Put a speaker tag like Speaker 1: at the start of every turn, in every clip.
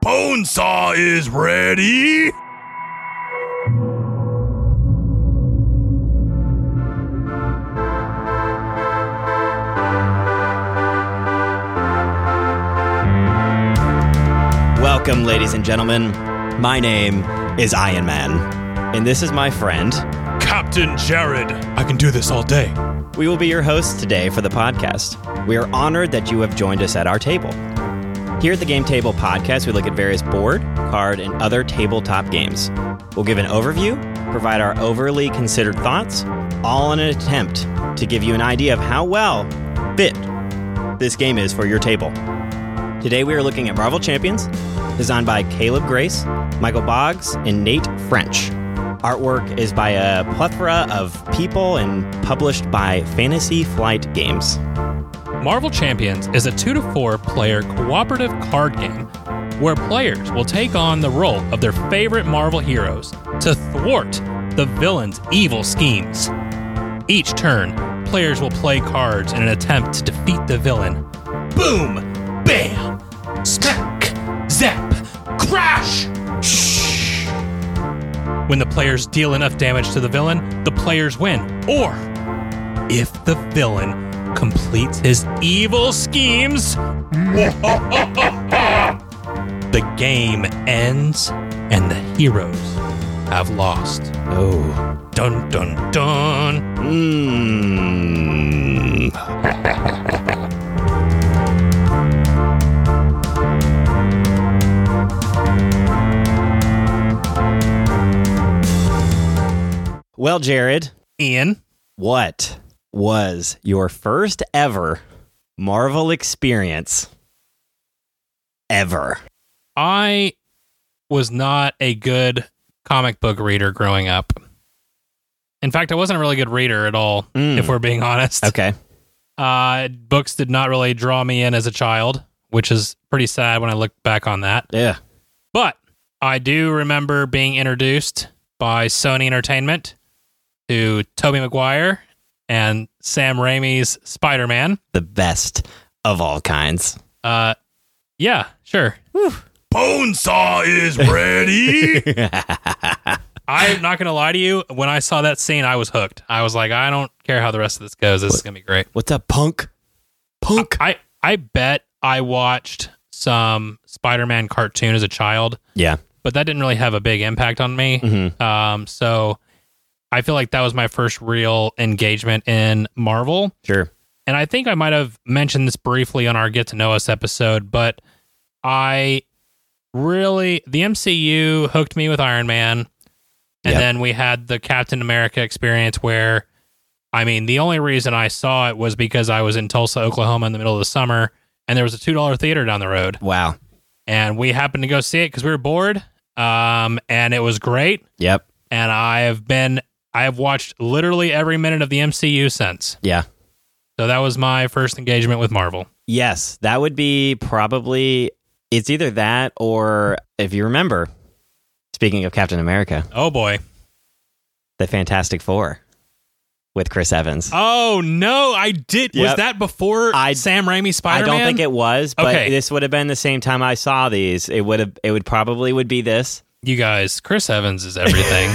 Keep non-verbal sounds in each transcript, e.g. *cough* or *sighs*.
Speaker 1: bone saw is ready.
Speaker 2: Welcome, ladies and gentlemen. My name is Iron Man, and this is my friend.
Speaker 1: Captain Jared.
Speaker 3: I can do this all day.
Speaker 2: We will be your hosts today for the podcast. We are honored that you have joined us at our table. Here at the Game Table Podcast, we look at various board, card, and other tabletop games. We'll give an overview, provide our overly considered thoughts, all in an attempt to give you an idea of how well fit this game is for your table. Today, we are looking at Marvel Champions, designed by Caleb Grace, Michael Boggs, and Nate French. Artwork is by a plethora of people and published by Fantasy Flight Games.
Speaker 4: Marvel Champions is a 2 to 4 player cooperative card game where players will take on the role of their favorite Marvel heroes to thwart the villain's evil schemes. Each turn, players will play cards in an attempt to defeat the villain. Boom! Bam! Smack! Zap! Crash! Shh! When the players deal enough damage to the villain, the players win. Or if the villain completes his evil schemes, *laughs* the game ends and the heroes have lost.
Speaker 2: Oh.
Speaker 4: Dun dun dun.
Speaker 2: Hmm. Mmm. *laughs* well, Jared,
Speaker 4: Ian,
Speaker 2: what was your first ever Marvel experience ever?
Speaker 4: I was not a good comic book reader growing up. In fact, I wasn't a really good reader at all,
Speaker 2: Mm.
Speaker 4: if we're being honest.
Speaker 2: Okay.
Speaker 4: Uh, books did not really draw me in as a child, which is pretty sad when I look back on that.
Speaker 2: Yeah.
Speaker 4: But I do remember being introduced by Sony Entertainment to Tobey Maguire and Sam Raimi's Spider Man.
Speaker 2: The best of all kinds.
Speaker 4: Uh, yeah, sure.
Speaker 1: Bone saw is ready.
Speaker 4: *laughs* I'm not gonna lie to you. When I saw that scene, I was hooked. I was like, I don't care how the rest of this goes. This is gonna be great.
Speaker 2: *laughs* What's up, punk? Punk.
Speaker 4: I I bet I watched some Spider Man cartoon as a child,
Speaker 2: Yeah.
Speaker 4: but that didn't really have a big impact on me.
Speaker 2: Mm-hmm.
Speaker 4: Um, so I feel like that was my first real engagement in Marvel.
Speaker 2: Sure.
Speaker 4: and I think I might have mentioned this briefly on our Get to Know Us episode, but I really the MCU hooked me with Iron Man, and
Speaker 2: Yep.
Speaker 4: then we had the Captain America experience where, I mean, the only reason I saw it was because I was in Tulsa, Oklahoma, in the middle of the summer, and there was a two dollar theater down the road,
Speaker 2: Wow.
Speaker 4: and we happened to go see it because we were bored, um, and it was great,
Speaker 2: Yep.
Speaker 4: and I have been. I have watched literally every minute of the MCU since.
Speaker 2: Yeah.
Speaker 4: So that was my first engagement with Marvel.
Speaker 2: Yes, that would be probably it's either that or if you remember, speaking of Captain America,
Speaker 4: Oh boy.
Speaker 2: the Fantastic Four with Chris Evans.
Speaker 4: Oh no, I did.
Speaker 2: Yep.
Speaker 4: Was that before
Speaker 2: I-
Speaker 4: Sam Raimi
Speaker 2: I
Speaker 4: Spider Man?
Speaker 2: don't think it was, but
Speaker 4: Okay.
Speaker 2: this would have been the same time I saw these. It would have it would probably would be this.
Speaker 4: You guys, Chris Evans is
Speaker 2: *laughs*
Speaker 4: everything.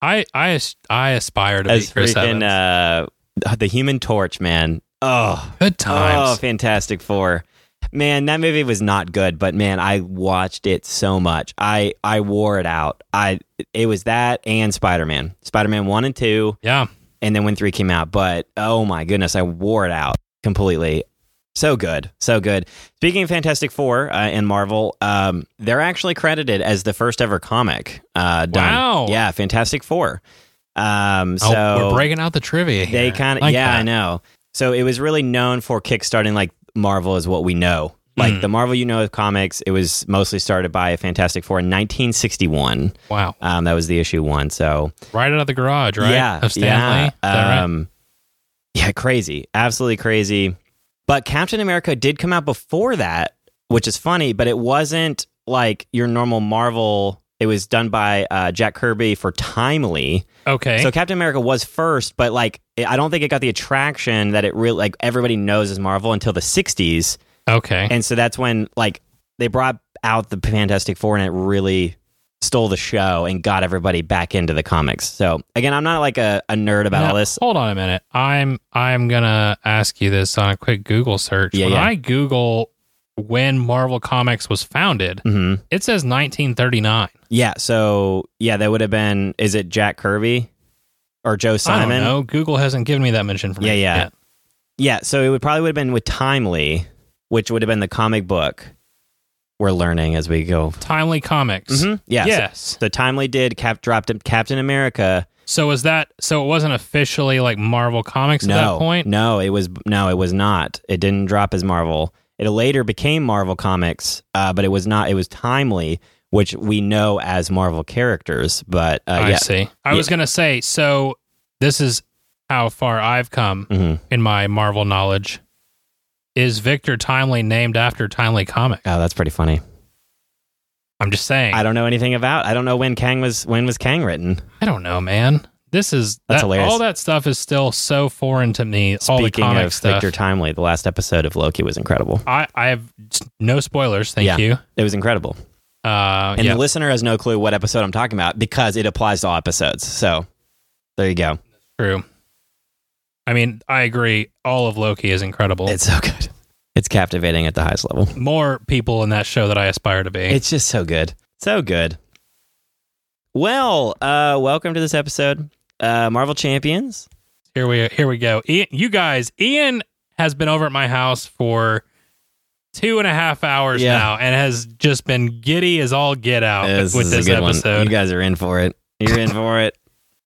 Speaker 4: I I as- I aspire to
Speaker 2: As
Speaker 4: be Chris
Speaker 2: freaking
Speaker 4: Evans.
Speaker 2: uh the human torch, man. Oh,
Speaker 4: Good
Speaker 2: Oh,
Speaker 4: times.
Speaker 2: Fantastic Four. Man, that movie was not good, but man, I watched it so much. I I wore it out. I it was that and Spider Man, Spider Man one and two,
Speaker 4: yeah.
Speaker 2: and then when three came out. But oh my goodness, I wore it out completely. So good, so good. Speaking of Fantastic Four uh, and Marvel, um, they're actually credited as the first ever comic uh, done.
Speaker 4: Wow.
Speaker 2: Yeah, Fantastic Four. Um, so
Speaker 4: oh, we're breaking out the trivia. Here.
Speaker 2: they kind of
Speaker 4: Like
Speaker 2: yeah,
Speaker 4: that.
Speaker 2: I know. So it was really known for kickstarting like Marvel is what we know. Like
Speaker 4: Mm.
Speaker 2: the Marvel you know of comics, it was mostly started by Fantastic Four in 1961.
Speaker 4: Wow.
Speaker 2: Um, that was the issue one. So
Speaker 4: Right out of the garage, right?
Speaker 2: yeah,
Speaker 4: Of Stanley. Is that
Speaker 2: yeah,
Speaker 4: right?
Speaker 2: um, yeah, crazy, absolutely crazy. But Captain America did come out before that, which is funny. But it wasn't like your normal Marvel. It was done by uh, Jack Kirby for Timely,
Speaker 4: Okay.
Speaker 2: so Captain America was first, but like it- I don't think it got the attraction that it really like everybody knows as Marvel until the 60s.
Speaker 4: okay.
Speaker 2: And so that's when like they brought out the Fantastic Four and it really stole the show and got everybody back into the comics. So again, I'm not like a, a nerd about all
Speaker 4: Now,
Speaker 2: this.
Speaker 4: Hold on a minute. I'm I'm gonna ask you this on a quick Google search.
Speaker 2: Yeah,
Speaker 4: when
Speaker 2: yeah.
Speaker 4: I Google when Marvel Comics was founded,
Speaker 2: hmm
Speaker 4: it says 1939.
Speaker 2: Yeah. So yeah, that would have been. Is it Jack Kirby or Joe Simon?
Speaker 4: I don't know. Google hasn't given me that much
Speaker 2: Yeah,
Speaker 4: information.
Speaker 2: yeah,
Speaker 4: yet.
Speaker 2: Yeah. So it would probably would have been with Timely, which would have been the comic book. We're learning as we go.
Speaker 4: Timely Comics.
Speaker 2: Mhm, Yeah. so-
Speaker 4: Yes.
Speaker 2: So, Timely did cap dropped Captain America.
Speaker 4: So is that so? It wasn't officially like Marvel Comics
Speaker 2: no
Speaker 4: at that point.
Speaker 2: No, it was no, it was not. It didn't drop as Marvel. It later became Marvel Comics, uh, but it was not. It was Timely, which we know as Marvel characters. But uh,
Speaker 4: I
Speaker 2: yeah.
Speaker 4: see. I
Speaker 2: Yeah.
Speaker 4: was gonna say. So this is how far I've come
Speaker 2: Mhm.
Speaker 4: in my Marvel knowledge. Is Victor Timely named after Timely Comic?
Speaker 2: Oh, that's pretty funny.
Speaker 4: I'm just saying.
Speaker 2: I don't know anything about. I don't know when Kang was when was Kang written.
Speaker 4: I don't know, man. This is
Speaker 2: That's
Speaker 4: that-
Speaker 2: hilarious.
Speaker 4: All that stuff is still so foreign to me. all the
Speaker 2: Speaking
Speaker 4: comic
Speaker 2: of
Speaker 4: stuff.
Speaker 2: Victor Timely, the last episode of Loki was incredible.
Speaker 4: I I have no spoilers. Thank
Speaker 2: Yeah.
Speaker 4: you.
Speaker 2: It was incredible,
Speaker 4: Uh,
Speaker 2: and
Speaker 4: yeah.
Speaker 2: the listener has no clue what episode I'm talking about because it applies to all episodes. So there you go.
Speaker 4: True. I mean, I agree. All of Loki is incredible.
Speaker 2: It's so good. It's captivating at the highest level.
Speaker 4: More people in that show that I aspire to be.
Speaker 2: It's just so good. So good. Well, uh, welcome to this episode, uh, Marvel Champions.
Speaker 4: here we here we go. Ian, you guys, Ian has been over at my house for two and a half hours
Speaker 2: Yeah.
Speaker 4: now, and has just been giddy as all get out
Speaker 2: This
Speaker 4: Oh, with
Speaker 2: is a
Speaker 4: this
Speaker 2: good one.
Speaker 4: episode.
Speaker 2: You guys are in for it. You're in for
Speaker 4: *laughs*
Speaker 2: it.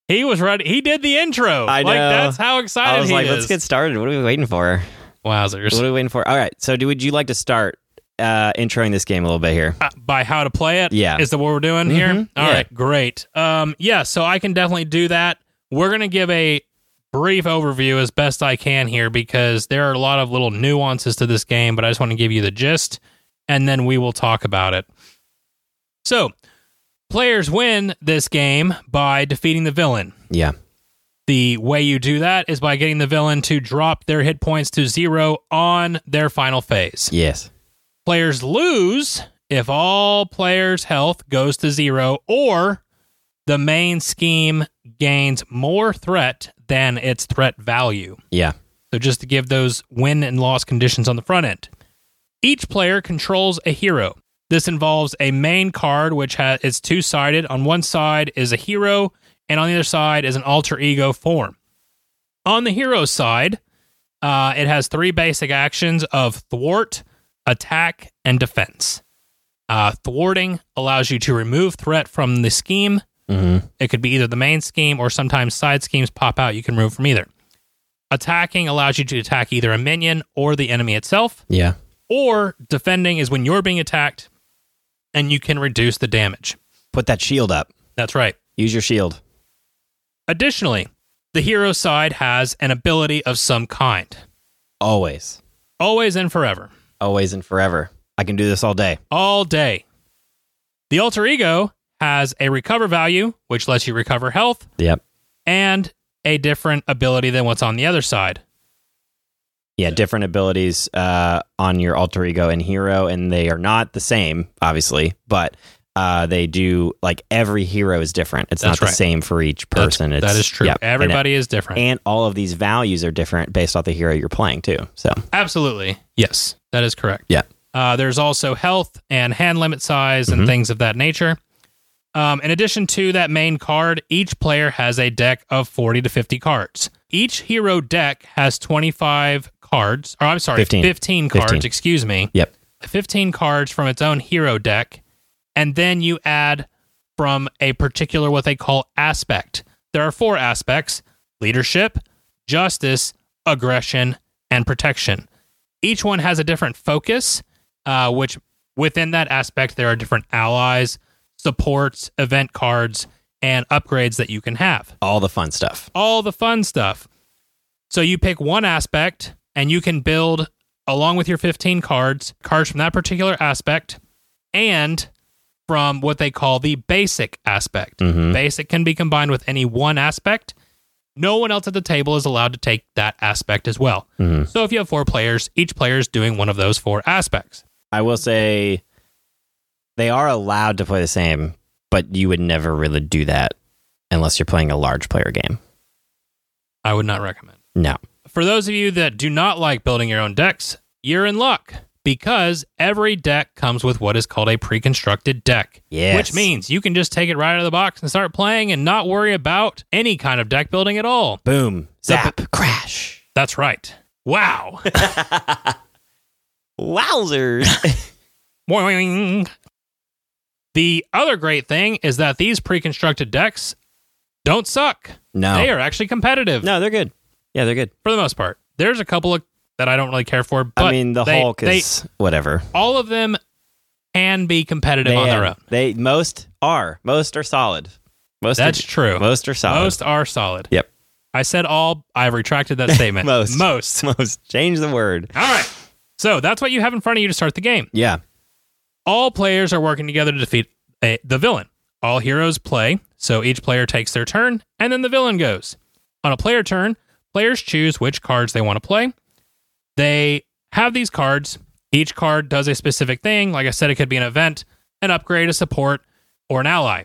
Speaker 4: He was ready. He did the intro.
Speaker 2: I
Speaker 4: Like
Speaker 2: know.
Speaker 4: that's how excited
Speaker 2: I was
Speaker 4: he
Speaker 2: like,
Speaker 4: is.
Speaker 2: let's get started. What are we waiting for?
Speaker 4: Wowzers.
Speaker 2: What are we waiting for? All right. So, do, would you like to start uh, introing this game a little bit here?
Speaker 4: Uh, by how to play it.
Speaker 2: Yeah.
Speaker 4: Is that what we're doing here? All
Speaker 2: Mhm,
Speaker 4: right,
Speaker 2: yeah.
Speaker 4: great. Um, yeah, so I can definitely do that. We're going to give a brief overview as best I can here because there are a lot of little nuances to this game, but I just want to give you the gist and then we will talk about it. So, players win this game by defeating the villain.
Speaker 2: Yeah.
Speaker 4: The way you do that is by getting the villain to drop their hit points to zero on their final phase.
Speaker 2: Yes.
Speaker 4: Players lose if all players' health goes to zero or the main scheme gains more threat than its threat value.
Speaker 2: Yeah.
Speaker 4: So, just to give those win and loss conditions on the front end. Each player controls a hero. This involves a main card, which has it's two sided. On one side is a hero, and on the other side is an alter ego form. On the hero side, uh, it has three basic actions of thwart, attack, and defense. Uh, thwarting allows you to remove threat from the scheme.
Speaker 2: Mm-hmm.
Speaker 4: It could be either the main scheme or sometimes side schemes pop out. You can remove from either. Attacking allows you to attack either a minion or the enemy itself,
Speaker 2: Yeah.
Speaker 4: or defending is when you're being attacked and you can reduce the damage.
Speaker 2: Put that shield up.
Speaker 4: That's right.
Speaker 2: Use your shield.
Speaker 4: Additionally, the hero side has an ability of some kind,
Speaker 2: Always.
Speaker 4: always and forever.
Speaker 2: Always and forever. I can do this all day.
Speaker 4: all day. The alter ego has a recover value, which lets you recover health,
Speaker 2: Yep.
Speaker 4: and a different ability than what's on the other side.
Speaker 2: Yeah. Different abilities uh, on your alter ego and hero, and they are not the same, obviously, but uh, they do like every hero is different. It's
Speaker 4: That's
Speaker 2: not
Speaker 4: right.
Speaker 2: the same for each
Speaker 4: That's-
Speaker 2: person.
Speaker 4: that
Speaker 2: It's-
Speaker 4: is true.
Speaker 2: yeah. And it-
Speaker 4: Everybody is different.
Speaker 2: and all of these values are different based off the hero you're playing too. So
Speaker 4: Absolutely. Yes, that is correct.
Speaker 2: Yeah.
Speaker 4: Uh, there's also health and hand limit size and
Speaker 2: Mhm.
Speaker 4: things of that nature. Um, in addition to that main card, each player has a deck of 40 to 50 cards. Each hero deck has 25 cards, or I'm sorry,
Speaker 2: 15.
Speaker 4: 15, cards,
Speaker 2: 15.
Speaker 4: excuse me.
Speaker 2: Yep.
Speaker 4: 15 cards from its own hero deck. And then you add from a particular what they call aspect. There are four aspects leadership, justice, aggression, and protection. Each one has a different focus, uh, which within that aspect, there are different allies, supports, event cards, and upgrades that you can have.
Speaker 2: all the fun stuff.
Speaker 4: All the fun stuff. So you pick one aspect and you can build, along with your 15 cards, cards from that particular aspect and from what they call the basic aspect.
Speaker 2: Mhm.
Speaker 4: Basic can be combined with any one aspect. No one else at the table is allowed to take that aspect as well.
Speaker 2: Mhm.
Speaker 4: So if you have four players, each player is doing one of those four aspects.
Speaker 2: I will say They are allowed to play the same, but you would never really do that unless you're playing a large player game.
Speaker 4: I would not recommend.
Speaker 2: No.
Speaker 4: For those of you that do not like building your own decks, you're in luck because every deck comes with what is called a pre constructed deck.
Speaker 2: Yes.
Speaker 4: Which means you can just take it right out of the box and start playing and not worry about any kind of deck building at all.
Speaker 2: Boom.
Speaker 4: Zap.
Speaker 2: Zap. crash.
Speaker 4: That's right. Wow. *laughs*
Speaker 2: Wowzers.
Speaker 4: Boing. The other great thing is that these pre constructed decks don't suck.
Speaker 2: no.
Speaker 4: They are actually competitive
Speaker 2: Oh. no, they're good. Yeah, they're good.
Speaker 4: for the most part. There's a couple of that I don't really care for, but
Speaker 2: I mean, the
Speaker 4: they-
Speaker 2: Hulk
Speaker 4: they-
Speaker 2: is whatever.
Speaker 4: all of them can be competitive
Speaker 2: They,
Speaker 4: on their
Speaker 2: uh,
Speaker 4: own.
Speaker 2: they most are. Most are solid. Most
Speaker 4: That's
Speaker 2: are,
Speaker 4: true.
Speaker 2: Most are solid.
Speaker 4: Most are solid.
Speaker 2: Yep.
Speaker 4: I said all. I retracted
Speaker 2: *laughs*
Speaker 4: that statement.
Speaker 2: Most.
Speaker 4: Most.
Speaker 2: *laughs* most. Change the word.
Speaker 4: All right. So that's what you have in front of you to start the game.
Speaker 2: Yeah.
Speaker 4: All players are working together to defeat uh, the villain. All heroes play, so each player takes their turn, and then the villain goes. On a player turn, players choose which cards they want to play. They have these cards. Each card does a specific thing. Like I said, it could be an event, an upgrade, a support, or an ally.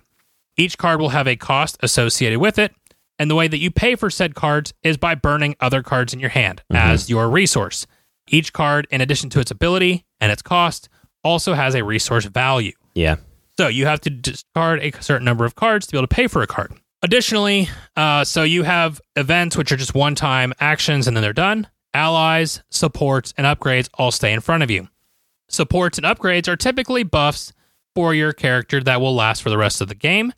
Speaker 4: Each card will have a cost associated with it, and the way that you pay for said cards is by burning other cards in your hand as your resource. Each card, in addition to its ability and its cost, also has a resource value.
Speaker 2: Yeah.
Speaker 4: So you have to discard a certain number of cards to be able to pay for a card. Additionally, uh, so you have events which are just one time actions and then they're done. Allies, supports, and upgrades all stay in front of you. Supports and upgrades are typically buffs for your character that will last for the rest of the game.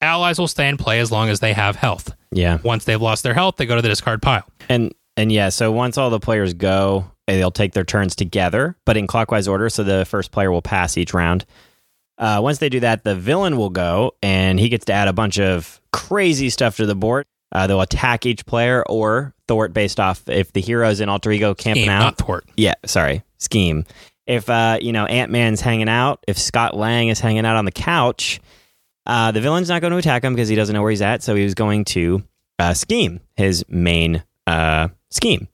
Speaker 4: Allies will stay in play as long as they have health.
Speaker 2: Yeah.
Speaker 4: Once they've lost their health, they go to the discard pile.
Speaker 2: And and yeah, so once all the players go, eh, they'll take their turns together, but in clockwise order. So the first player will pass each round. Uh, once they do that, the villain will go, and he gets to add a bunch of crazy stuff to the board. Uh, they'll attack each player or thwart based off if the hero's in alter ego camping
Speaker 4: Game,
Speaker 2: out.
Speaker 4: not thwart.
Speaker 2: Yeah, sorry, scheme. If uh, you know Ant Man's hanging out, if Scott Lang is hanging out on the couch, uh, the villain's not going to attack him because he doesn't know where he's at. So he was going to uh, scheme his main uh, scheme.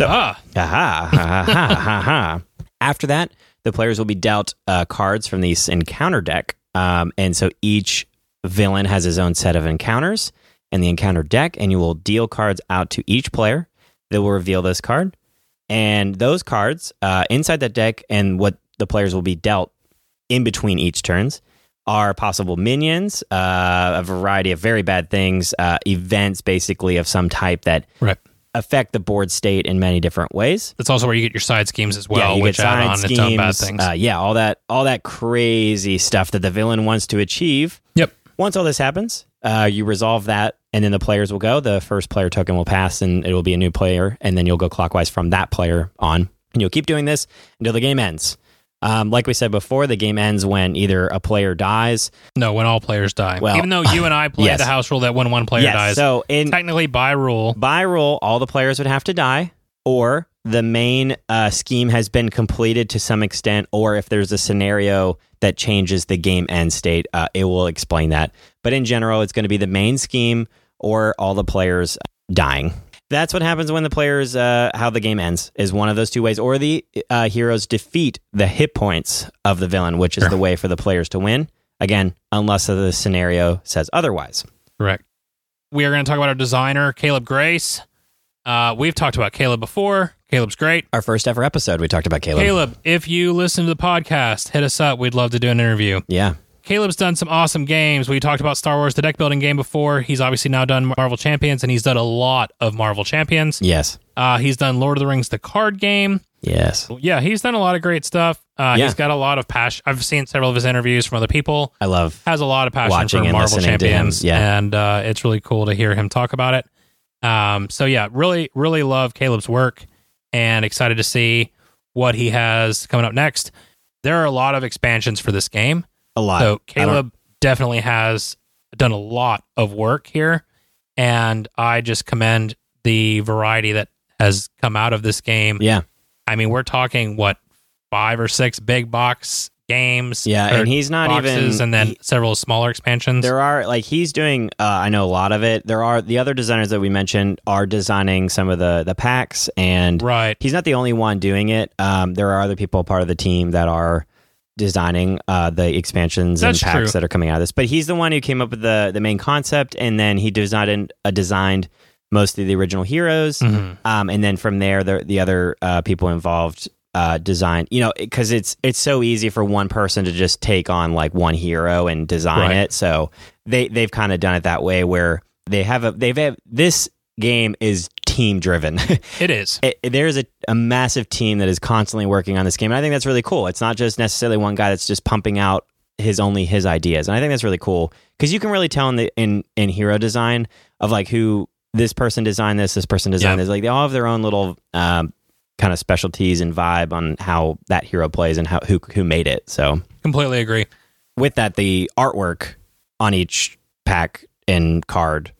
Speaker 4: Ah,
Speaker 2: Aha, ha, ha, ha, ha, ha. After that, the players will be dealt uh, cards from this encounter deck. Um, and so each villain has his own set of encounters and the encounter deck, and you will deal cards out to each player that will reveal this card. And those cards uh, inside that deck and what the players will be dealt in between each turns are possible minions, uh, a variety of very bad things, uh, events basically of some type that
Speaker 4: right.
Speaker 2: affect the board state in many different ways.
Speaker 4: That's also where you get your side schemes as well,
Speaker 2: you
Speaker 4: which
Speaker 2: get
Speaker 4: add
Speaker 2: side
Speaker 4: on its own bad
Speaker 2: schemes,
Speaker 4: things.
Speaker 2: Uh, yeah, all that all that crazy stuff that the villain wants to achieve.
Speaker 4: Yep.
Speaker 2: Once all this happens, uh, you resolve that, and then the players will go. The first player token will pass, and it will be a new player, and then you'll go clockwise from that player on, and you'll keep doing this until the game ends. Um, like we said before, the game ends when either a player dies.
Speaker 4: No, when all players die.
Speaker 2: Well,
Speaker 4: Even though you and
Speaker 2: *laughs*
Speaker 4: I play
Speaker 2: yes.
Speaker 4: the house rule that when one player
Speaker 2: yes.
Speaker 4: dies,
Speaker 2: So in
Speaker 4: technically by rule,
Speaker 2: by rule, all the players would have to die, or the main uh, scheme has been completed to some extent, or if there's a scenario that changes the game end state, uh, it will explain that. But in general, it's going to be the main scheme or all the players uh, dying. That's what happens when the players, uh, how the game ends, is one of those two ways, or the uh, heroes defeat the hit points of the villain, which is the way for the players to win. Again, unless the scenario says otherwise.
Speaker 4: correct. We are going to talk about our designer, Caleb Grace. Uh, we've talked about Caleb before. Caleb's great.
Speaker 2: Our first ever episode, we talked about Caleb.
Speaker 4: Caleb, if you listen to the podcast, hit us up. We'd love to do an interview.
Speaker 2: Yeah.
Speaker 4: Caleb's done some awesome games. We talked about Star Wars, the deck building game before. He's obviously now done Marvel Champions, and he's done a lot of Marvel Champions.
Speaker 2: Yes.
Speaker 4: Uh, he's done Lord of the Rings, the card game.
Speaker 2: Yes.
Speaker 4: Yeah, he's done a lot of great stuff. Uh,
Speaker 2: Yeah.
Speaker 4: He's got a lot of passion. I've seen several of his interviews from other people.
Speaker 2: I love.
Speaker 4: has a lot of passion
Speaker 2: Watching
Speaker 4: for
Speaker 2: and
Speaker 4: Marvel
Speaker 2: listening to him,
Speaker 4: Champions,
Speaker 2: yeah.
Speaker 4: and uh, it's really cool to hear him talk about it. Um, so yeah, really, really love Caleb's work, and excited to see what he has coming up next. There are a lot of expansions for this game,
Speaker 2: A lot.
Speaker 4: so Caleb definitely has done a lot of work here, and I just commend the variety that has come out of this game.
Speaker 2: Yeah.
Speaker 4: I mean, we're talking what five or six big box games.
Speaker 2: Yeah.
Speaker 4: or
Speaker 2: And he's not
Speaker 4: boxes
Speaker 2: even.
Speaker 4: and then
Speaker 2: he-
Speaker 4: several smaller expansions.
Speaker 2: there are like he's doing. Uh, I know a lot of it. There are the other designers that we mentioned are designing some of the the packs, and
Speaker 4: right.
Speaker 2: he's not the only one doing it. Um, there are other people part of the team that are designing uh, the expansions
Speaker 4: That's
Speaker 2: and packs
Speaker 4: true.
Speaker 2: that are coming out of this. But he's the one who came up with the the main concept, and then he designed uh, designed most of the original
Speaker 4: Mm-hmm.
Speaker 2: heroes. Um, and then from there, the the other uh, people involved uh, design. You know, because it's it's so easy for one person to just take on like one hero and design
Speaker 4: Right.
Speaker 2: it. So they they've kind of done it that way where they have a they've have, this game is team driven. *laughs*
Speaker 4: It is.
Speaker 2: it, it- there's a, a massive team that is constantly working on this game. And I think that's really cool. It's not just necessarily one guy that's just pumping out his only his ideas. And I think that's really cool because you can really tell in the in, in hero design of like who this person designed this, this person designed
Speaker 4: Yeah.
Speaker 2: this. Like they all have their own little um, kind of specialties and vibe on how that hero plays and how who who made it. So
Speaker 4: Completely agree.
Speaker 2: Mm-hmm. with that, the artwork on each pack and card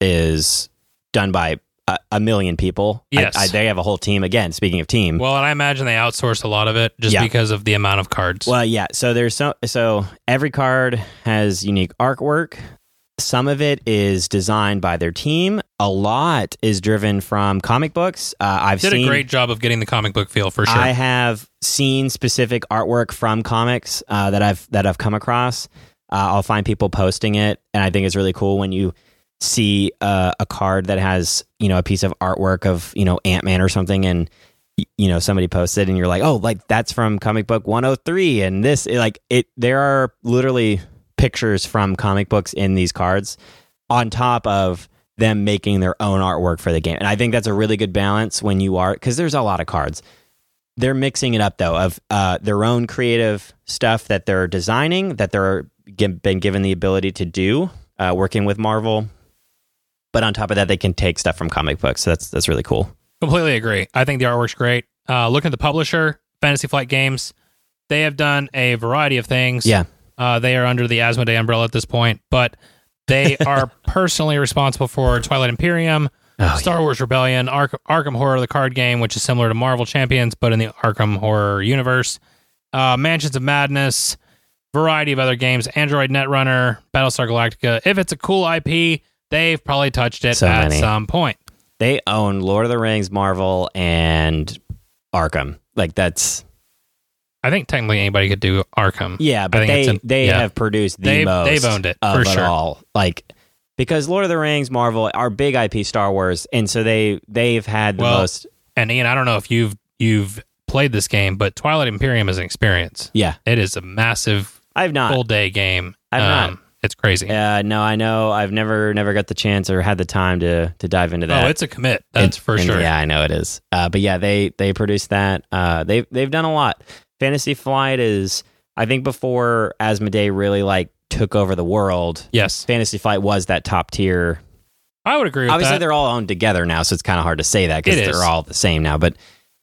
Speaker 2: is done by a, a million people. I-
Speaker 4: Yes.
Speaker 2: I- they have a whole team. Again, speaking of team, well,
Speaker 4: Well, and I imagine they outsourced a lot of it just
Speaker 2: Yeah.
Speaker 4: because of the amount of cards.
Speaker 2: yeah. So there's so so every card has unique artwork. Some of it is designed by their team. A lot is driven from comic books. Uh, I've
Speaker 4: Did
Speaker 2: seen
Speaker 4: a great job of getting the comic book feel for sure.
Speaker 2: I have seen specific artwork from comics uh, that I've that I've come across. Uh, I'll find people posting it, and I think it's really cool when you see uh, a card that has you know a piece of artwork of you know Ant Man or something, and y- you know somebody posts it, and you're like, oh, like that's from comic book 103, and this like it. There are literally pictures from comic books in these cards, on top of them making their own artwork for the game, and I think that's a really good balance when you are because there's a lot of cards they're mixing it up though of uh, their own creative stuff that they're designing that they're gi- been given the ability to do uh, working with Marvel. But on top of that, they can take stuff from comic books. So that's that's really cool.
Speaker 4: Completely agree. I think the artwork's great. Uh, looking at the publisher, Fantasy Flight Games, they have done a variety of things.
Speaker 2: Yeah.
Speaker 4: Uh, they are under the Asmodee umbrella at this point, but
Speaker 2: *laughs*
Speaker 4: they are personally responsible for Twilight Imperium,
Speaker 2: Oh,
Speaker 4: Star Wars Rebellion, Ark- Arkham Horror, the card game, which is similar to Marvel Champions, but in the Arkham Horror universe, uh, Mansions of Madness, variety of other games, Android Netrunner, Battlestar Galactica. If it's a cool IP, they've probably touched it
Speaker 2: So
Speaker 4: at
Speaker 2: many.
Speaker 4: some point.
Speaker 2: They own Lord of the Rings, Marvel, and Arkham. Like that's
Speaker 4: I think technically anybody could do Arkham.
Speaker 2: yeah,
Speaker 4: I
Speaker 2: but
Speaker 4: think
Speaker 2: they
Speaker 4: it's an-
Speaker 2: they
Speaker 4: yeah.
Speaker 2: have produced the
Speaker 4: They've-
Speaker 2: most.
Speaker 4: they've owned it,
Speaker 2: of
Speaker 4: for
Speaker 2: it
Speaker 4: sure.
Speaker 2: all. Like because Lord of the Rings, Marvel are big IP, Star Wars, and so they they've had the
Speaker 4: Well,
Speaker 2: most.
Speaker 4: And Ian, I don't know if you've you've played this game, but Twilight Imperium is an experience.
Speaker 2: Yeah,
Speaker 4: It is a massive
Speaker 2: I've not.
Speaker 4: full day game. Um,
Speaker 2: I've not.
Speaker 4: It's crazy.
Speaker 2: Yeah, no, I know. I've never never got the chance or had the time to to dive into that.
Speaker 4: oh, it's a commit. That's
Speaker 2: And-
Speaker 4: for
Speaker 2: and
Speaker 4: sure.
Speaker 2: Yeah, I know it is. Uh, but yeah, they they produced that. Uh, they they've done a lot. Fantasy Flight is, I think, before Asmodee really like took over the world.
Speaker 4: Yes,
Speaker 2: Fantasy Flight was that top tier.
Speaker 4: I would agree with
Speaker 2: Obviously,
Speaker 4: that.
Speaker 2: they're all owned together now, so it's kind of hard to say that because
Speaker 4: It is.
Speaker 2: they're all the same now. But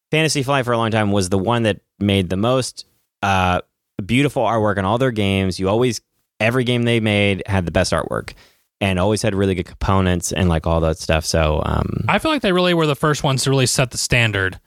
Speaker 2: Fantasy Flight for a long time was the one that made the most uh, beautiful artwork in all their games. You always, every game they made had the best artwork and always had really good components and like all that stuff. So, um,
Speaker 4: I feel like they really were the first ones to really set the standard.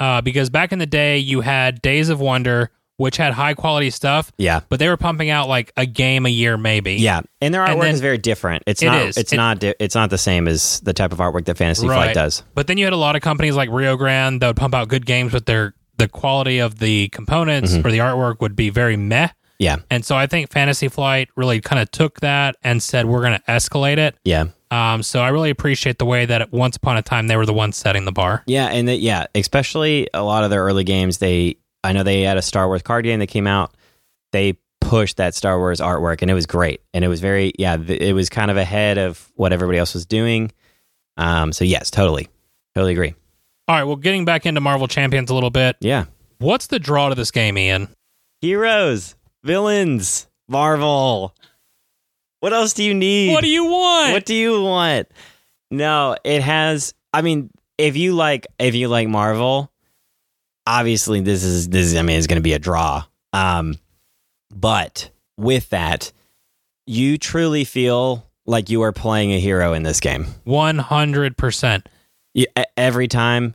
Speaker 4: Uh, because back in the day, you had Days of Wonder, which had high quality stuff,
Speaker 2: yeah.
Speaker 4: but they were pumping out like a game a year, maybe.
Speaker 2: Yeah, and their
Speaker 4: And
Speaker 2: artwork
Speaker 4: then-
Speaker 2: is very different. It's
Speaker 4: It
Speaker 2: not.
Speaker 4: is.
Speaker 2: It's
Speaker 4: It-
Speaker 2: not. Di- it's not the same as the type of artwork that Fantasy
Speaker 4: Right.
Speaker 2: Flight does.
Speaker 4: But then you had a lot of companies like Rio Grande that would pump out good games, but their the quality of the components or the artwork would be very meh.
Speaker 2: Mm-hmm. Yeah,
Speaker 4: And so I think Fantasy Flight really kind of took that and said we're going to escalate it.
Speaker 2: yeah,
Speaker 4: Um, so I really appreciate the way that at once upon a time they were the ones setting the bar.
Speaker 2: yeah, and that yeah, especially a lot of their early games. They, I know they had a Star Wars card game that came out. They pushed that Star Wars artwork, and it was great. And it was very yeah. Th- it was kind of ahead of what everybody else was doing. Um. So yes, totally, totally agree.
Speaker 4: All right, well, getting back into Marvel Champions a little bit.
Speaker 2: Yeah,
Speaker 4: What's the draw to this game, Ian?
Speaker 2: heroes, villains, Marvel. What else do you need?
Speaker 4: What do you want?
Speaker 2: What do you want? No, it has. I mean, if you like, if you like Marvel, obviously this is this. Is, I mean, it's going to be a draw. Um, but with that, you truly feel like you are playing a hero in this game.
Speaker 4: One hundred percent.
Speaker 2: You, e- every time,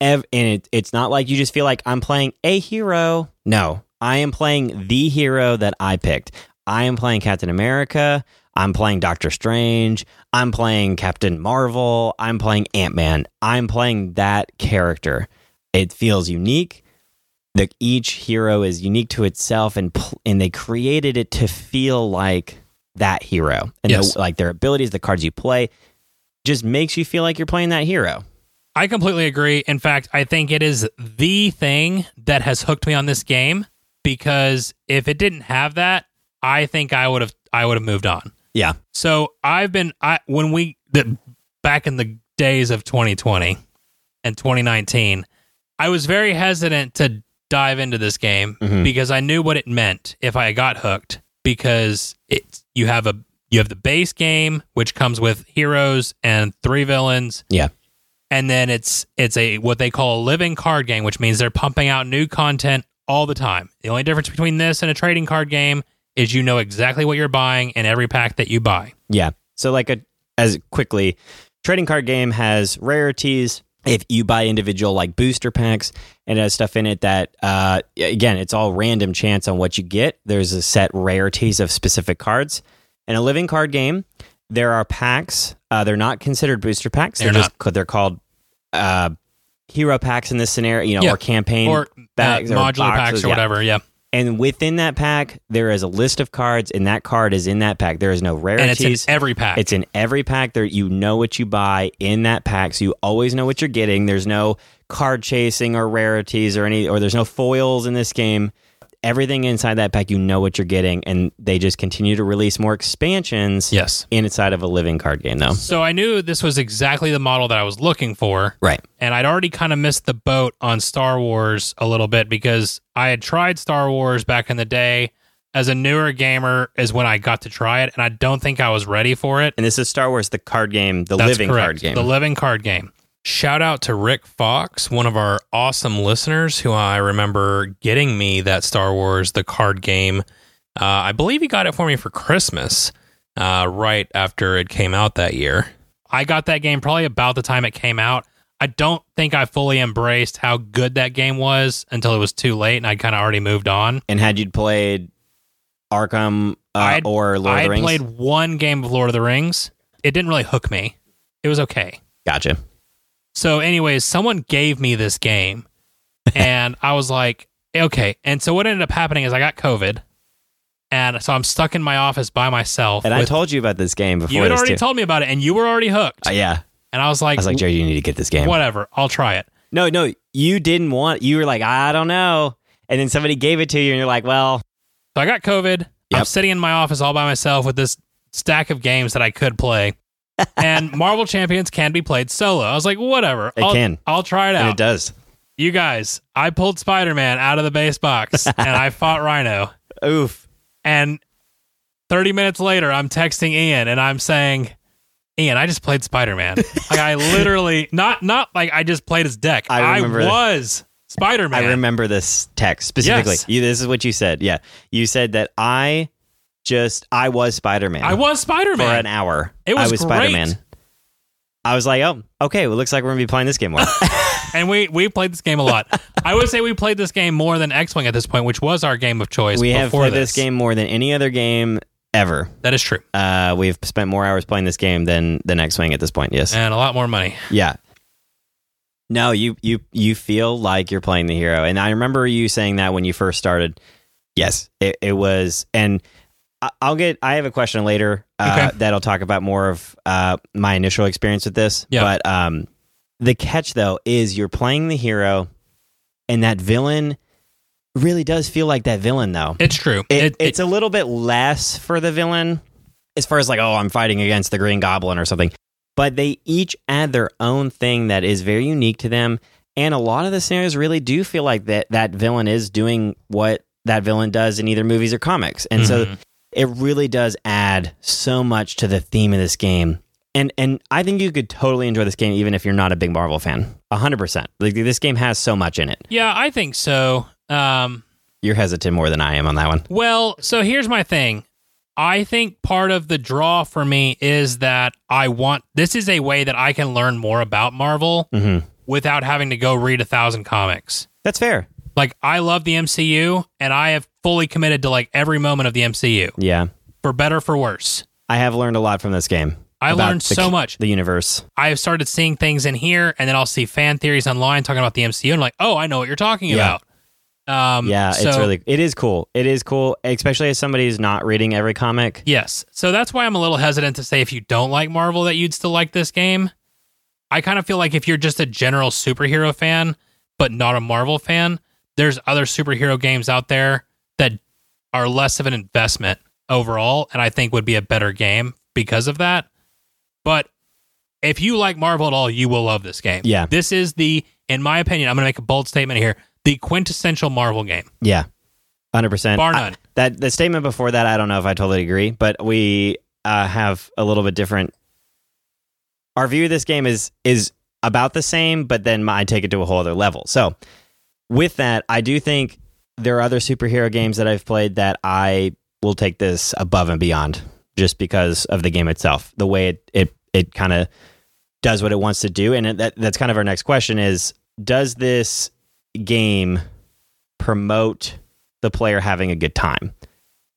Speaker 2: ev- and it, it's not like you just feel like I'm playing a hero. No, I am playing the hero that I picked. I am playing Captain America. I'm playing Doctor Strange. I'm playing Captain Marvel. I'm playing Ant Man. I'm playing that character. It feels unique. the each hero is unique to itself and pl- and they created it to feel like that hero and the-
Speaker 4: Yes.
Speaker 2: like their abilities the cards you play just makes you feel like you're playing that hero
Speaker 4: I completely agree. In fact, I think it is the thing that has hooked me on this game because if it didn't have that, I think I would have I would have moved on.
Speaker 2: yeah
Speaker 4: So I've been I when we the, back in the days of 2020 and 2019, I was very hesitant to dive into this game
Speaker 2: Mhm.
Speaker 4: because I knew what it meant if I got hooked because it you have a you have the base game which comes with heroes and three villains.
Speaker 2: Yeah.
Speaker 4: And then it's it's a what they call a living card game, which means they're pumping out new content all the time. The only difference between this and a trading card game is you know exactly what you're buying in every pack that you buy.
Speaker 2: Yeah. So like a as quickly, trading card game has rarities. If you buy individual like booster packs, and it has stuff in it that uh, again, it's all random chance on what you get. There's a set rarities of specific cards. In a living card game, there are packs. Uh, they're not considered booster packs. They're,
Speaker 4: They're
Speaker 2: just they're called uh, hero packs in this scenario, you know,
Speaker 4: Yeah.
Speaker 2: or campaign
Speaker 4: Or uh,
Speaker 2: bags or
Speaker 4: modular packs
Speaker 2: boxes,
Speaker 4: or
Speaker 2: yeah.
Speaker 4: whatever. Yeah.
Speaker 2: And within that pack, there is a list of cards, and that card is in that pack. There is no
Speaker 4: And
Speaker 2: rarities.
Speaker 4: it's in every pack.
Speaker 2: It's in every pack. There, you know what you buy in that pack, so you always know what you're getting. There's no card chasing or rarities or any, or there's no foils in this game. Everything inside that pack, you know what you're getting, and they just continue to release more expansions
Speaker 4: yes.
Speaker 2: inside of a living card game, though.
Speaker 4: So I knew this was exactly the model that I was looking for.
Speaker 2: Right.
Speaker 4: And I'd already kind of missed the boat on Star Wars a little bit because I had tried Star Wars back in the day. As a newer gamer is when I got to try it, and I don't think I was ready for it.
Speaker 2: And this is Star Wars, the card game, the
Speaker 4: That's
Speaker 2: living
Speaker 4: correct.
Speaker 2: card game.
Speaker 4: The living card game. Shout out to Rick Fox, one of our awesome listeners who I remember getting me that Star Wars, the card game. Uh, I believe he got it for me for Christmas, uh, right after it came out that year. I got that game probably about the time it came out. I don't think I fully embraced how good that game was until it was too late and I kind of already moved on.
Speaker 2: and had you played Arkham uh,
Speaker 4: I'd-
Speaker 2: or Lord
Speaker 4: I
Speaker 2: of the
Speaker 4: had
Speaker 2: Rings?
Speaker 4: played one game of Lord of the Rings. It didn't really hook me. It was okay.
Speaker 2: gotcha.
Speaker 4: So, anyways, someone gave me this game, and I was like, okay. And so, what ended up happening is I got COVID, and so I'm stuck in my office by myself.
Speaker 2: And I
Speaker 4: with-
Speaker 2: told you about this game before.
Speaker 4: you had
Speaker 2: this
Speaker 4: already
Speaker 2: too.
Speaker 4: told me about it, and you were already hooked.
Speaker 2: Uh, yeah,
Speaker 4: and I was
Speaker 2: I
Speaker 4: like,
Speaker 2: was like, Jerry, you need to get this game.
Speaker 4: whatever, I'll try it.
Speaker 2: No, no, you didn't want. You were like, I don't know, and then somebody gave it to you, and you're like, well,
Speaker 4: So I got COVID. I'm
Speaker 2: Yep.
Speaker 4: sitting in my office all by myself with this stack of games that I could play.
Speaker 2: *laughs*
Speaker 4: and Marvel Champions can be played solo. I was like, whatever.
Speaker 2: It
Speaker 4: I'll,
Speaker 2: can.
Speaker 4: I'll try it
Speaker 2: and
Speaker 4: out.
Speaker 2: it does.
Speaker 4: You guys, I pulled Spider Man out of the base
Speaker 2: *laughs*
Speaker 4: box and I fought Rhino.
Speaker 2: Oof.
Speaker 4: And 30 minutes later, I'm texting Ian and I'm saying, Ian, I just played Spider
Speaker 2: *laughs*
Speaker 4: Man. like I literally not not like I just played his deck.
Speaker 2: I
Speaker 4: I,
Speaker 2: remember-
Speaker 4: was Spider Man.
Speaker 2: I remember this text specifically.
Speaker 4: Yes.
Speaker 2: You, this is what you said. Yeah, you said that I just I was Spider Man.
Speaker 4: I was Spider
Speaker 2: for an
Speaker 4: Man.
Speaker 2: hour.
Speaker 4: It was
Speaker 2: I was
Speaker 4: great.
Speaker 2: Spider Man. I was like, oh, okay. Well, looks like we're gonna be playing this game
Speaker 4: *laughs*
Speaker 2: more.
Speaker 4: And we we played this game a lot.
Speaker 2: *laughs*
Speaker 4: I would say we played this game more than X Wing at this point, which was our game of choice.
Speaker 2: we have
Speaker 4: before
Speaker 2: played this. game more than any other game ever.
Speaker 4: That is true.
Speaker 2: Uh, we've spent more hours playing this game than the next swing at this point. Yes.
Speaker 4: And a lot more money.
Speaker 2: Yeah. No, you you you feel like you're playing the hero, and I remember you saying that when you first started. Yes, it, it was, and I- I'll get. I have a question later uh,
Speaker 4: Okay.
Speaker 2: that'll talk about more of uh, my initial experience with this.
Speaker 4: Yeah.
Speaker 2: But um, the catch though is you're playing the hero, and that villain really does feel like that villain though.
Speaker 4: It's true.
Speaker 2: It,
Speaker 4: It- it-
Speaker 2: it's a little bit less for the villain as far as like, oh, I'm fighting against the Green Goblin or something. But they each add their own thing that is very unique to them. And a lot of the scenarios really do feel like that that villain is doing what that villain does in either movies or comics. And
Speaker 4: Mm-hmm.
Speaker 2: so it really does add so much to the theme of this game. And and I think you could totally enjoy this game even if you're not a big Marvel fan. 100%. Like this game has so much in it.
Speaker 4: yeah, I think so. Um
Speaker 2: You're hesitant more than I am on that one.
Speaker 4: Well, so here's my thing. I think part of the draw for me is that I want this is a way that I can learn more about Marvel
Speaker 2: Mhm.
Speaker 4: without having to go read a thousand comics.
Speaker 2: That's fair.
Speaker 4: Like I love the MCU and I have fully committed to like every moment of the MCU,
Speaker 2: Yeah.
Speaker 4: for better for worse.
Speaker 2: I have learned a lot from this game.
Speaker 4: I
Speaker 2: About
Speaker 4: learned
Speaker 2: the-
Speaker 4: so much.
Speaker 2: The universe.
Speaker 4: I have started seeing things in here and then I'll see fan theories online talking about the MCU and I'm like, "Oh, I know what you're talking
Speaker 2: Yeah.
Speaker 4: about." Um,
Speaker 2: Yeah, it's
Speaker 4: so-
Speaker 2: really it is cool. It is cool, especially as somebody who's not reading every comic.
Speaker 4: Yes. So that's why I'm a little hesitant to say if you don't like Marvel that you'd still like this game. I kind of feel like if you're just a general superhero fan, but not a Marvel fan, there's other superhero games out there that are less of an investment overall, and I think would be a better game because of that. But if you like Marvel at all, you will love this game.
Speaker 2: Yeah.
Speaker 4: This is the, in my opinion, I'm going to make a bold statement here the quintessential Marvel game,
Speaker 2: Yeah, hundred percent.
Speaker 4: bar none.
Speaker 2: That the statement before that, I don't know if I totally agree, but we uh, have a little bit different. Our view of this game is is about the same, but then I take it to a whole other level. So, with that, I do think there are other superhero games that I've played that I will take this above and beyond, just because of the game itself, the way it it it kind of does what it wants to do, and that that's kind of our next question is: Does this game promote the player having a good time?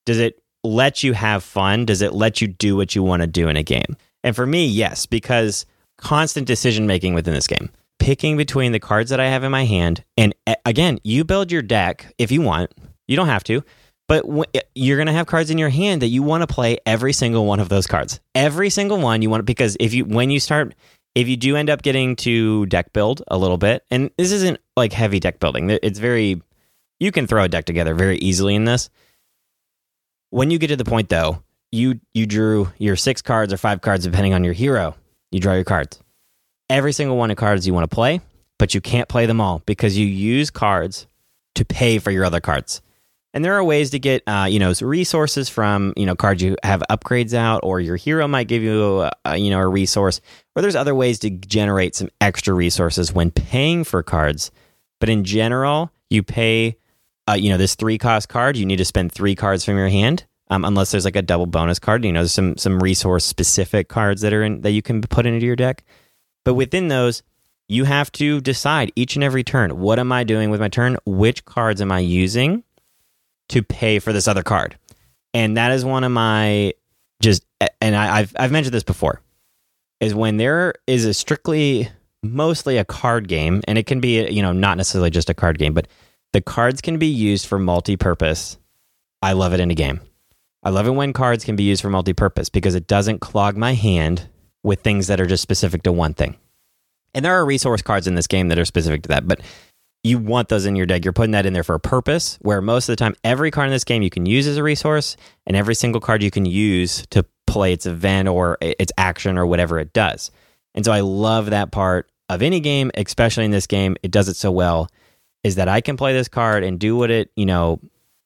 Speaker 2: Does it let you have fun? Does it let you do what you want to do in a game? And for me, yes, because constant decision making within this game, picking between the cards that I have in my hand. And a- again, you build your deck if you want, you don't have to. But w- you're going to have cards in your hand that you want to play every single one of those cards. Every single one you want because if you when you start if you do end up getting to deck build a little bit, and this isn't like heavy deck building. It's very you can throw a deck together very easily in this. When you get to the point though, you you drew your six cards or five cards depending on your hero. You draw your cards. Every single one of cards you want to play, but you can't play them all because you use cards to pay for your other cards. And there are ways to get uh, you know resources from you know cards you have upgrades out, or your hero might give you a, a, you know a resource, or there's other ways to generate some extra resources when paying for cards. But in general, you pay uh, you know, this three cost card, you need to spend three cards from your hand, um, unless there's like a double bonus card. You know, there's some some resource specific cards that are in that you can put into your deck. But within those, you have to decide each and every turn. What am I doing with my turn? Which cards am I using to pay for this other card? And that is one of my just, and I, I've I've mentioned this before, is when there is a strictly mostly a card game, and it can be you know not necessarily just a card game, but the cards can be used for multi-purpose. I love it in a game. I love it when cards can be used for multi-purpose because it doesn't clog my hand with things that are just specific to one thing. And there are resource cards in this game that are specific to that, but you want those in your deck. You're putting that in there for a purpose where most of the time every card in this game you can use as a resource and every single card you can use to play its event or i- its action or whatever it does. And so I love that part of any game, especially in this game. It does it so well is that I can play this card and do what it, you know,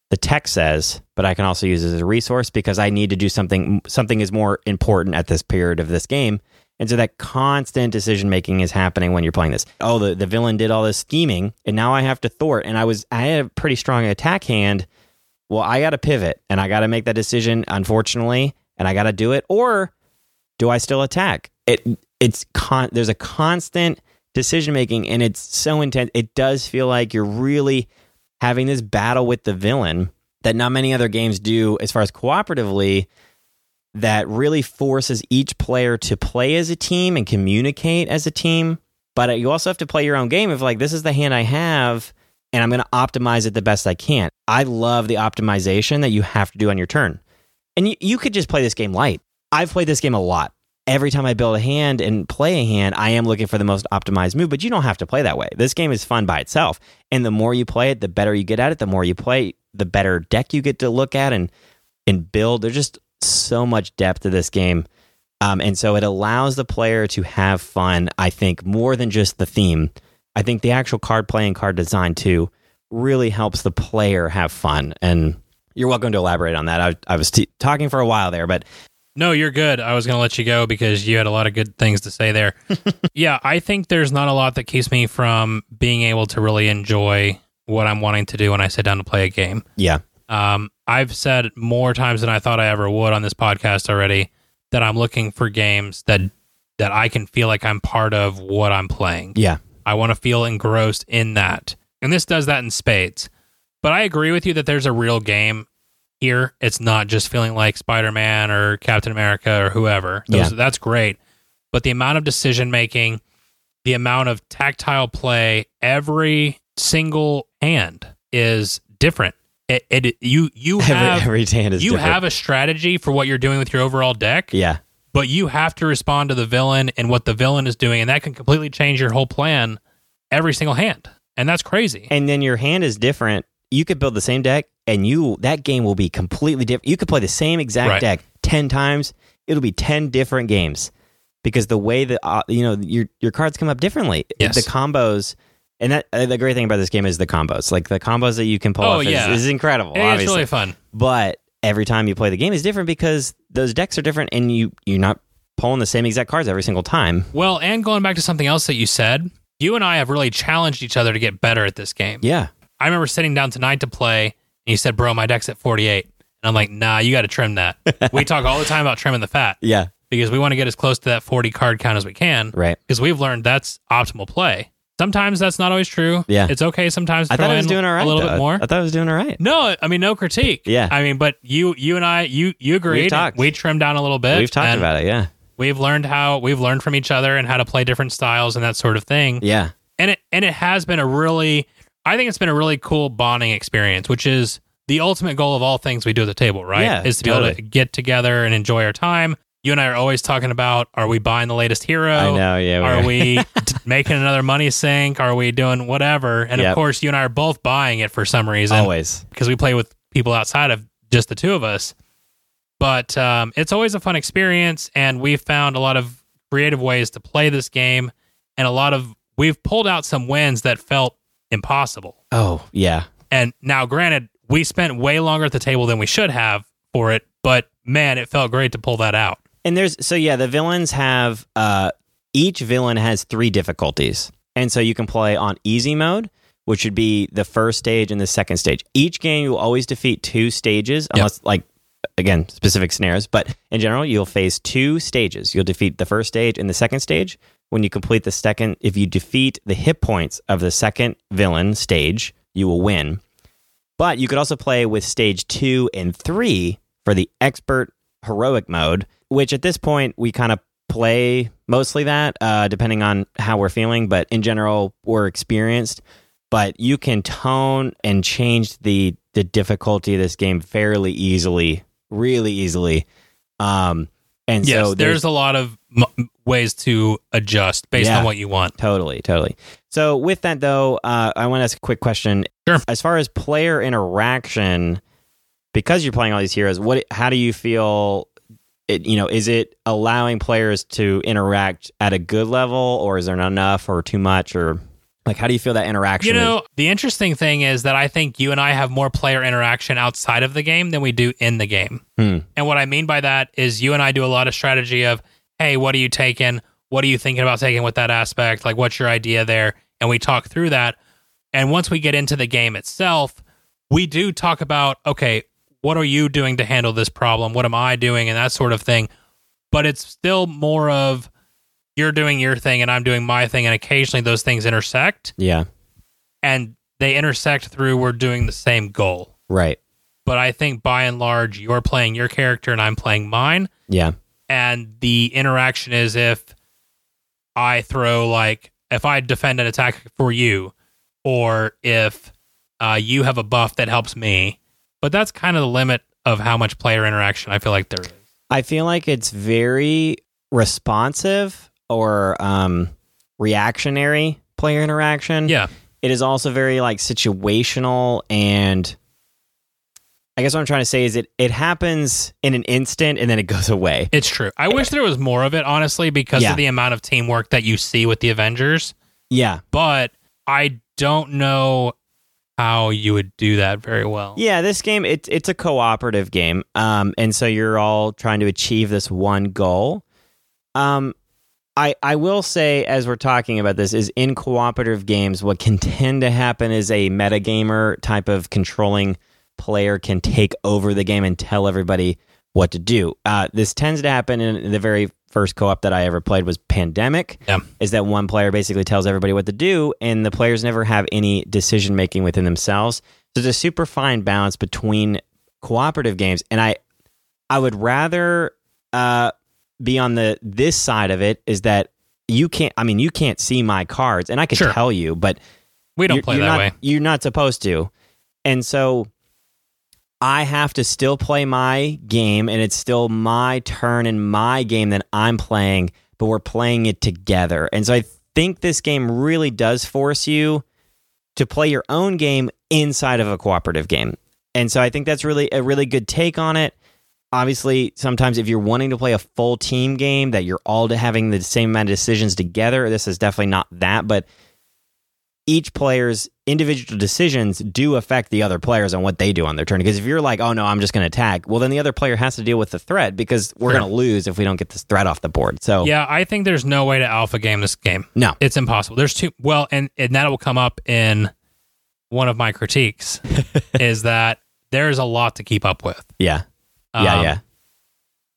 Speaker 2: the text says, but I can also use it as a resource because I need to do something something is more important at this period of this game. And so that constant decision making is happening when you're playing this. Oh, the, the villain did all this scheming and now I have to thwart and I was I had a pretty strong attack hand. Well, I got to pivot and I got to make that decision unfortunately and I got to do it or do I still attack? It it's con there's a constant decision making and it's so intense. It does feel like you're really having this battle with the villain that not many other games do as far as cooperatively that really forces each player to play as a team and communicate as a team. But you also have to play your own game of like this is the hand I have and I'm going to optimize it the best I can. I love the optimization that you have to do on your turn. And you, you could just play this game light. I've played this game a lot. Every time I build a hand and play a hand, I am looking for the most optimized move, but you don't have to play that way. This game is fun by itself. And the more you play it, the better you get at it. The more you play, the better deck you get to look at and and build. There's just so much depth to this game. Um, and so it allows the player to have fun, I think, more than just the theme. I think the actual card play and card design too really helps the player have fun. And you're welcome to elaborate on that. I, I was t- talking for a while there, but
Speaker 4: No, you're good. I was going to let you go because you had a lot of good things to say there. yeah, I think there's not a lot that keeps me from being able to really enjoy what I'm wanting to do when I sit down to play a game.
Speaker 2: yeah,
Speaker 4: Um, I've said more times than I thought I ever would on this podcast already that I'm looking for games that that I can feel like I'm part of what I'm playing.
Speaker 2: yeah,
Speaker 4: I want to feel engrossed in that. And this does that in spades. But I agree with you that there's a real game here. It's not just feeling like Spider Man or Captain America or whoever. Those,
Speaker 2: Yeah.
Speaker 4: That's great. But the amount of decision making, the amount of tactile play, every single hand is different. It, it you you
Speaker 2: Every,
Speaker 4: have
Speaker 2: every hand is
Speaker 4: you
Speaker 2: different.
Speaker 4: have a strategy for what you're doing with your overall deck,
Speaker 2: yeah.
Speaker 4: but you have to respond to the villain and what the villain is doing, and that can completely change your whole plan every single hand, and that's crazy.
Speaker 2: and then your hand is different. You could build the same deck, and you that game will be completely different. You could play the same exact
Speaker 4: Right.
Speaker 2: deck ten times; it'll be ten different games because the way that uh, you know your your cards come up differently.
Speaker 4: Yes.
Speaker 2: The combos, and that uh, the great thing about this game is the combos. Like the combos that you can pull
Speaker 4: Oh,
Speaker 2: off is,
Speaker 4: yeah.
Speaker 2: is incredible.
Speaker 4: Yeah, it's
Speaker 2: obviously,
Speaker 4: really fun.
Speaker 2: but every time you play the game is different because those decks are different, and you you're not pulling the same exact cards every single time.
Speaker 4: Well, and going back to something else that you said, you and I have really challenged each other to get better at this game.
Speaker 2: Yeah.
Speaker 4: I remember sitting down tonight to play, and you said, "Bro, my deck's at 48." And I'm like, "Nah, you got to trim
Speaker 2: *laughs*
Speaker 4: that." we talk all the time about trimming the fat
Speaker 2: Yeah.
Speaker 4: because we want to get as close to that 40 card count as we can
Speaker 2: Right.
Speaker 4: because we've learned that's optimal play. Sometimes that's not always true.
Speaker 2: Yeah.
Speaker 4: it's okay sometimes. To
Speaker 2: I
Speaker 4: throw
Speaker 2: thought I was
Speaker 4: in
Speaker 2: doing all right.
Speaker 4: a little
Speaker 2: though.
Speaker 4: bit more.
Speaker 2: I thought I was doing all right.
Speaker 4: no, I mean no critique.
Speaker 2: Yeah.
Speaker 4: I mean, but you, you and I, you, you agreed.
Speaker 2: talked.
Speaker 4: We trimmed down a little bit.
Speaker 2: We've talked
Speaker 4: and
Speaker 2: about it. Yeah.
Speaker 4: We've learned how we've learned from each other and how to play different styles and that sort of thing.
Speaker 2: Yeah.
Speaker 4: and it and it has been a really I think it's been a really cool bonding experience, which is the ultimate goal of all things we do at the table, right?
Speaker 2: Yeah,
Speaker 4: is to be able to
Speaker 2: totally.
Speaker 4: get together and enjoy our time. You and I are always talking about are we buying the latest hero?
Speaker 2: I know. Yeah. we
Speaker 4: Are
Speaker 2: *laughs* were.
Speaker 4: we t- making another money sink? Are we doing whatever? And of
Speaker 2: Yep.
Speaker 4: course, you and I are both buying it for some reason
Speaker 2: always?
Speaker 4: because we play with people outside of just the two of us. But um, it's always a fun experience, and we've found a lot of creative ways to play this game, and a lot of we've pulled out some wins that felt impossible.
Speaker 2: Oh yeah.
Speaker 4: And now, granted, we spent way longer at the table than we should have for it, but man, it felt great to pull that out.
Speaker 2: And there's so yeah, the villains have uh each villain has three difficulties. And so you can play on easy mode, which would be the first stage and the second stage. Each game you will always defeat two stages unless like again, specific scenarios, but in general you'll face two stages. You'll defeat the first stage and the second stage. When you complete the second if you defeat the hit points of the second villain stage, you will win. But you could also play with stage two and three for the expert heroic mode, which at this point we kind of play mostly that, uh, depending on how we're feeling. But in general, we're experienced. But you can tone and change the the difficulty of this game fairly easily, really easily. Um, and
Speaker 4: yes,
Speaker 2: so
Speaker 4: there's, a lot of m- ways to adjust based
Speaker 2: Yeah.
Speaker 4: on what you want.
Speaker 2: Totally, totally. So with that though, uh, I want to ask a quick question.
Speaker 4: Sure.
Speaker 2: As far as player interaction, because you're playing all these heroes, what? How do you feel? It, you know, is it allowing players to interact at a good level, or is there not enough, or too much, or like how do you feel that interaction?
Speaker 4: You
Speaker 2: is-
Speaker 4: know, the interesting thing is that I think you and I have more player interaction outside of the game than we do in the game.
Speaker 2: Hmm.
Speaker 4: And what I mean by that is you and I do a lot of strategy of, hey, what are you taking? What are you thinking about taking with that aspect? Like, what's your idea there? And we talk through that. And once we get into the game itself, we do talk about, okay, what are you doing to handle this problem? What am I doing? And that sort of thing. But it's still more of you're doing your thing and I'm doing my thing. And occasionally those things intersect
Speaker 2: yeah,
Speaker 4: and they intersect through we're doing the same goal.
Speaker 2: right,
Speaker 4: But I think by and large, you're playing your character and I'm playing mine.
Speaker 2: yeah,
Speaker 4: And the interaction is if I throw, like, if I defend an attack for you, or if uh, you have a buff that helps me. But that's kind of the limit of how much player interaction I feel like there is.
Speaker 2: I feel like it's very responsive or um, reactionary player interaction.
Speaker 4: Yeah.
Speaker 2: it is also very like situational and I guess what I'm trying to say is it it happens in an instant and then it goes away.
Speaker 4: It's true. I wish there was more of it, honestly, because
Speaker 2: Yeah.
Speaker 4: of the amount of teamwork that you see with the Avengers.
Speaker 2: Yeah.
Speaker 4: but I don't know how you would do that very well.
Speaker 2: Yeah, this game it's it's a cooperative game. Um and so you're all trying to achieve this one goal. Um I I will say as we're talking about this is in cooperative games what can *laughs* tend to happen is a metagamer type of controlling player can take over the game and tell everybody what to do. Uh, this tends to happen in the very first co-op that I ever played was Pandemic.
Speaker 4: Yeah.
Speaker 2: Is that one player basically tells everybody what to do, and the players never have any decision making within themselves. So there's a super fine balance between cooperative games, and I, I would rather uh, be on the this side of it. Is that you can't? I mean, you can't see my cards, and I can
Speaker 4: Sure.
Speaker 2: tell you, but
Speaker 4: We don't play that
Speaker 2: not,
Speaker 4: way.
Speaker 2: You're not supposed to. And so I have to still play my game, and it's still my turn and my game that I'm playing, but we're playing it together. And so I think this game really does force you to play your own game inside of a cooperative game. And so I think that's really a really good take on it. Obviously, sometimes if you're wanting to play a full team game that you're all having the same amount of decisions together, this is definitely not that, but each player's individual decisions do affect the other players on what they do on their turn. Because if you're like, oh no, I'm just going to attack, well, then the other player has to deal with the threat because we're going to lose if we don't get this threat off the board. So,
Speaker 4: Yeah, I think there's no way to alpha game this game.
Speaker 2: no.
Speaker 4: It's impossible. There's two. Well, and and that will come up in one of my
Speaker 2: *laughs*
Speaker 4: critiques is that there's a lot to keep up with.
Speaker 2: Yeah. Yeah.
Speaker 4: Um,
Speaker 2: yeah.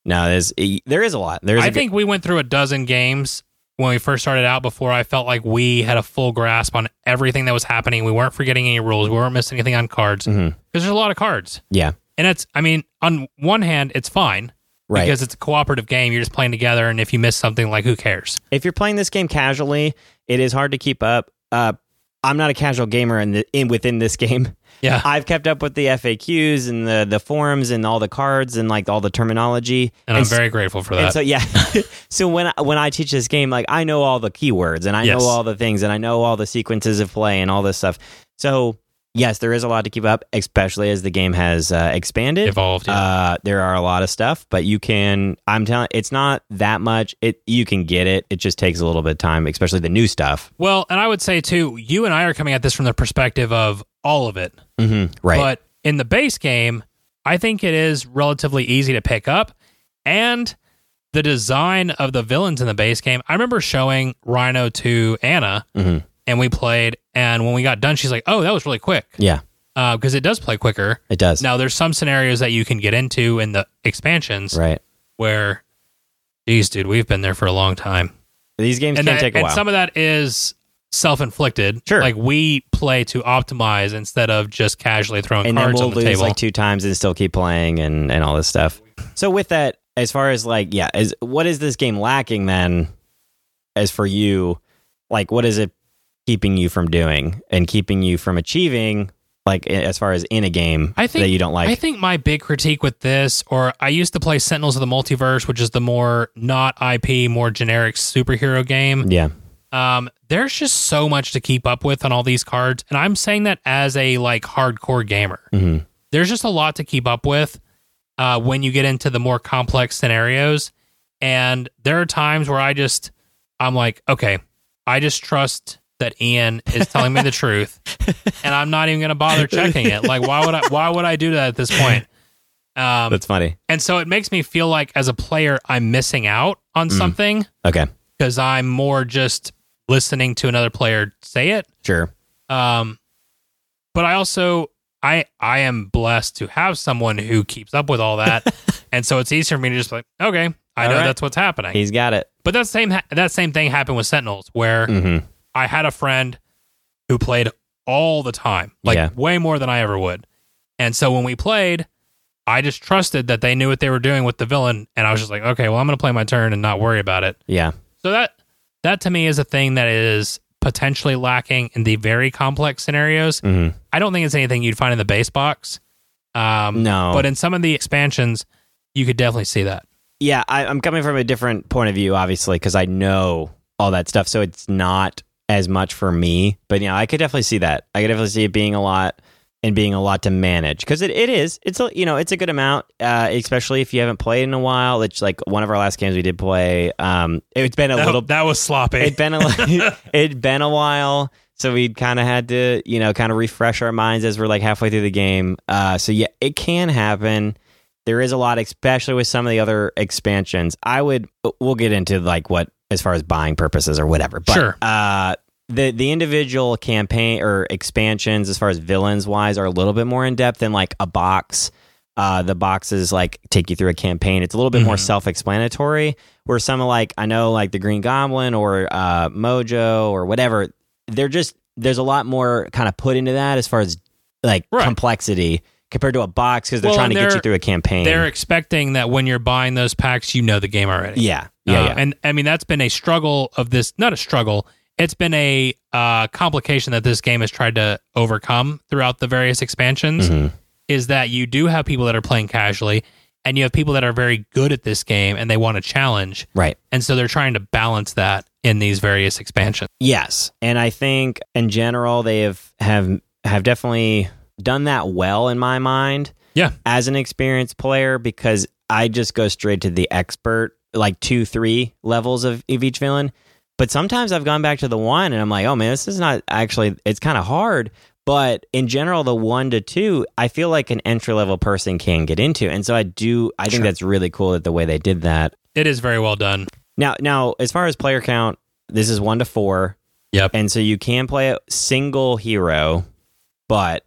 Speaker 2: No, there's, there is a lot. There's
Speaker 4: I
Speaker 2: a good-
Speaker 4: think we went through a dozen games when we first started out before I felt like we had a full grasp on everything that was happening. We weren't forgetting any rules. We weren't missing anything on cards because
Speaker 2: Mhm.
Speaker 4: there's a lot of cards.
Speaker 2: yeah.
Speaker 4: And it's, I mean, on one hand, it's fine
Speaker 2: Right.
Speaker 4: because it's a cooperative game. You're just playing together. And if you miss something, like, who cares?
Speaker 2: if you're playing this game casually, it is hard to keep up. Uh, I'm not a casual gamer in the in within this game.
Speaker 4: Yeah.
Speaker 2: *laughs* I've kept up with the FAQs and the the forums and all the cards and like all the terminology.
Speaker 4: And I'm
Speaker 2: s-
Speaker 4: very grateful for that.
Speaker 2: and so yeah, *laughs* so when I, when I teach this game, like I know all the keywords and I
Speaker 4: Yes.
Speaker 2: know all the things and I know all the sequences of play and all this stuff. So yes, there is a lot to keep up, especially as the game has uh, expanded.
Speaker 4: Evolved. Yeah.
Speaker 2: Uh, there are a lot of stuff, but you can. I'm telling, it's not that much. It you can get it. It just takes a little bit of time, especially the new stuff.
Speaker 4: well, and I would say, too, you and I are coming at this from the perspective of all of it.
Speaker 2: Mm-hmm. Right.
Speaker 4: But in the base game, I think it is relatively easy to pick up. And the design of the villains in the base game, I remember showing Rhino to Anna
Speaker 2: Mhm.
Speaker 4: and we played. And when we got done, she's like, oh, that was really quick.
Speaker 2: yeah,
Speaker 4: Because it does play quicker.
Speaker 2: it does.
Speaker 4: Now, there's some scenarios that you can get into in the expansions
Speaker 2: Right.
Speaker 4: where, geez, dude, we've been there for a long time.
Speaker 2: These games
Speaker 4: And,
Speaker 2: can
Speaker 4: that-
Speaker 2: take a
Speaker 4: and
Speaker 2: while.
Speaker 4: some of that is self inflicted.
Speaker 2: Sure.
Speaker 4: Like we play to optimize instead of just casually throwing
Speaker 2: and then
Speaker 4: cards
Speaker 2: we'll
Speaker 4: on the
Speaker 2: lose
Speaker 4: table.
Speaker 2: like two times and still keep playing and and all this stuff. So with that, as far as like yeah, is what is this game lacking then? As for you, like what is it keeping you from doing and keeping you from achieving? Like a- as far as in a game
Speaker 4: I think-
Speaker 2: that you don't like.
Speaker 4: I think my big critique with this, or I used to play Sentinels of the Multiverse, which is the more not IP, more generic superhero game.
Speaker 2: yeah.
Speaker 4: Um, there's just so much to keep up with on all these cards, and I'm saying that as a like hardcore gamer.
Speaker 2: hmm
Speaker 4: There's just a lot to keep up with uh, when you get into the more complex scenarios, and there are times where I just I'm like, okay, I just trust that Ian is telling me the truth, and I'm not even gonna bother checking it. Like, why would I? Why would I do that at this point? Um,
Speaker 2: That's funny.
Speaker 4: and so it makes me feel like as a player, I'm missing out on
Speaker 2: Mm.
Speaker 4: something
Speaker 2: Okay.
Speaker 4: because I'm more just listening to another player say it.
Speaker 2: Sure.
Speaker 4: Um, but I also I I am blessed to have someone who keeps up with all
Speaker 2: *laughs*
Speaker 4: that, and so it's easier for me to just like, okay, I
Speaker 2: All
Speaker 4: know
Speaker 2: right.
Speaker 4: that's what's happening.
Speaker 2: He's got it.
Speaker 4: but that same ha- that same thing happened with Sentinels, where
Speaker 2: Mm-hmm.
Speaker 4: I had a friend who played all the time, like
Speaker 2: Yeah.
Speaker 4: way more than I ever would, and so when we played. I just trusted that they knew what they were doing with the villain, and I was just like, okay, well, I'm going to play my turn and not worry about it.
Speaker 2: Yeah.
Speaker 4: So that that to me is a thing that is potentially lacking in the very complex scenarios.
Speaker 2: Mm-hmm.
Speaker 4: I don't think it's anything you'd find in the base box. Um,
Speaker 2: No.
Speaker 4: but in some of the expansions, you could definitely see that.
Speaker 2: Yeah. I, I'm coming from a different point of view, obviously, because I know all that stuff. So it's not as much for me. But, you know, I could definitely see that. I could definitely see it being a lot and being a lot to manage because it, it is. It's, a, you know, it's a good amount, uh, especially if you haven't played in a while. It's like one of our last games we did play. Um, it's been a little
Speaker 4: that was sloppy.
Speaker 2: it'd been a li- *laughs* it'd been a while so we'd kind of had to you know kind of refresh our minds as we're like halfway through the game uh so yeah it can happen there is a lot especially with some of the other expansions i would uh, we'll get into like what as far as buying purposes or whatever but
Speaker 4: Sure.
Speaker 2: uh the, the individual campaign or expansions as far as villains wise are a little bit more in depth than like a box uh, the boxes like take you through a campaign. It's a little bit more
Speaker 4: Mhm.
Speaker 2: self-explanatory. Where some of like I know like the Green Goblin or uh, Mojo or whatever, they're just there's a lot more kind of put into that as far as like
Speaker 4: Right.
Speaker 2: complexity compared to a box because they're
Speaker 4: Well,
Speaker 2: trying to
Speaker 4: and
Speaker 2: get you
Speaker 4: they're-
Speaker 2: through a campaign.
Speaker 4: They're expecting that when you're buying those packs, you know the game already.
Speaker 2: yeah, yeah,
Speaker 4: Uh,
Speaker 2: yeah.
Speaker 4: And I mean that's been a struggle of this, not a struggle. It's been a uh, complication that this game has tried to overcome throughout the various expansions
Speaker 2: Mhm.
Speaker 4: is that you do have people that are playing casually and you have people that are very good at this game and they want a challenge.
Speaker 2: Right.
Speaker 4: And so they're trying to balance that in these various expansions.
Speaker 2: Yes, and I think in general they have have have definitely done that well in my mind.
Speaker 4: Yeah.
Speaker 2: as an experienced player, because I just go straight to the expert, like two, three levels of, of each villain. But sometimes I've gone back to the one, and I'm like, oh man, this is not actually. It's kind of hard. But in general, the one to two, I feel like an entry level person can get into, and so I do. I think
Speaker 4: Sure.
Speaker 2: that's really cool that the way they did that.
Speaker 4: It is very well done.
Speaker 2: Now, now, as far as player count, this is one to four.
Speaker 4: Yep.
Speaker 2: And so you can play a single hero, but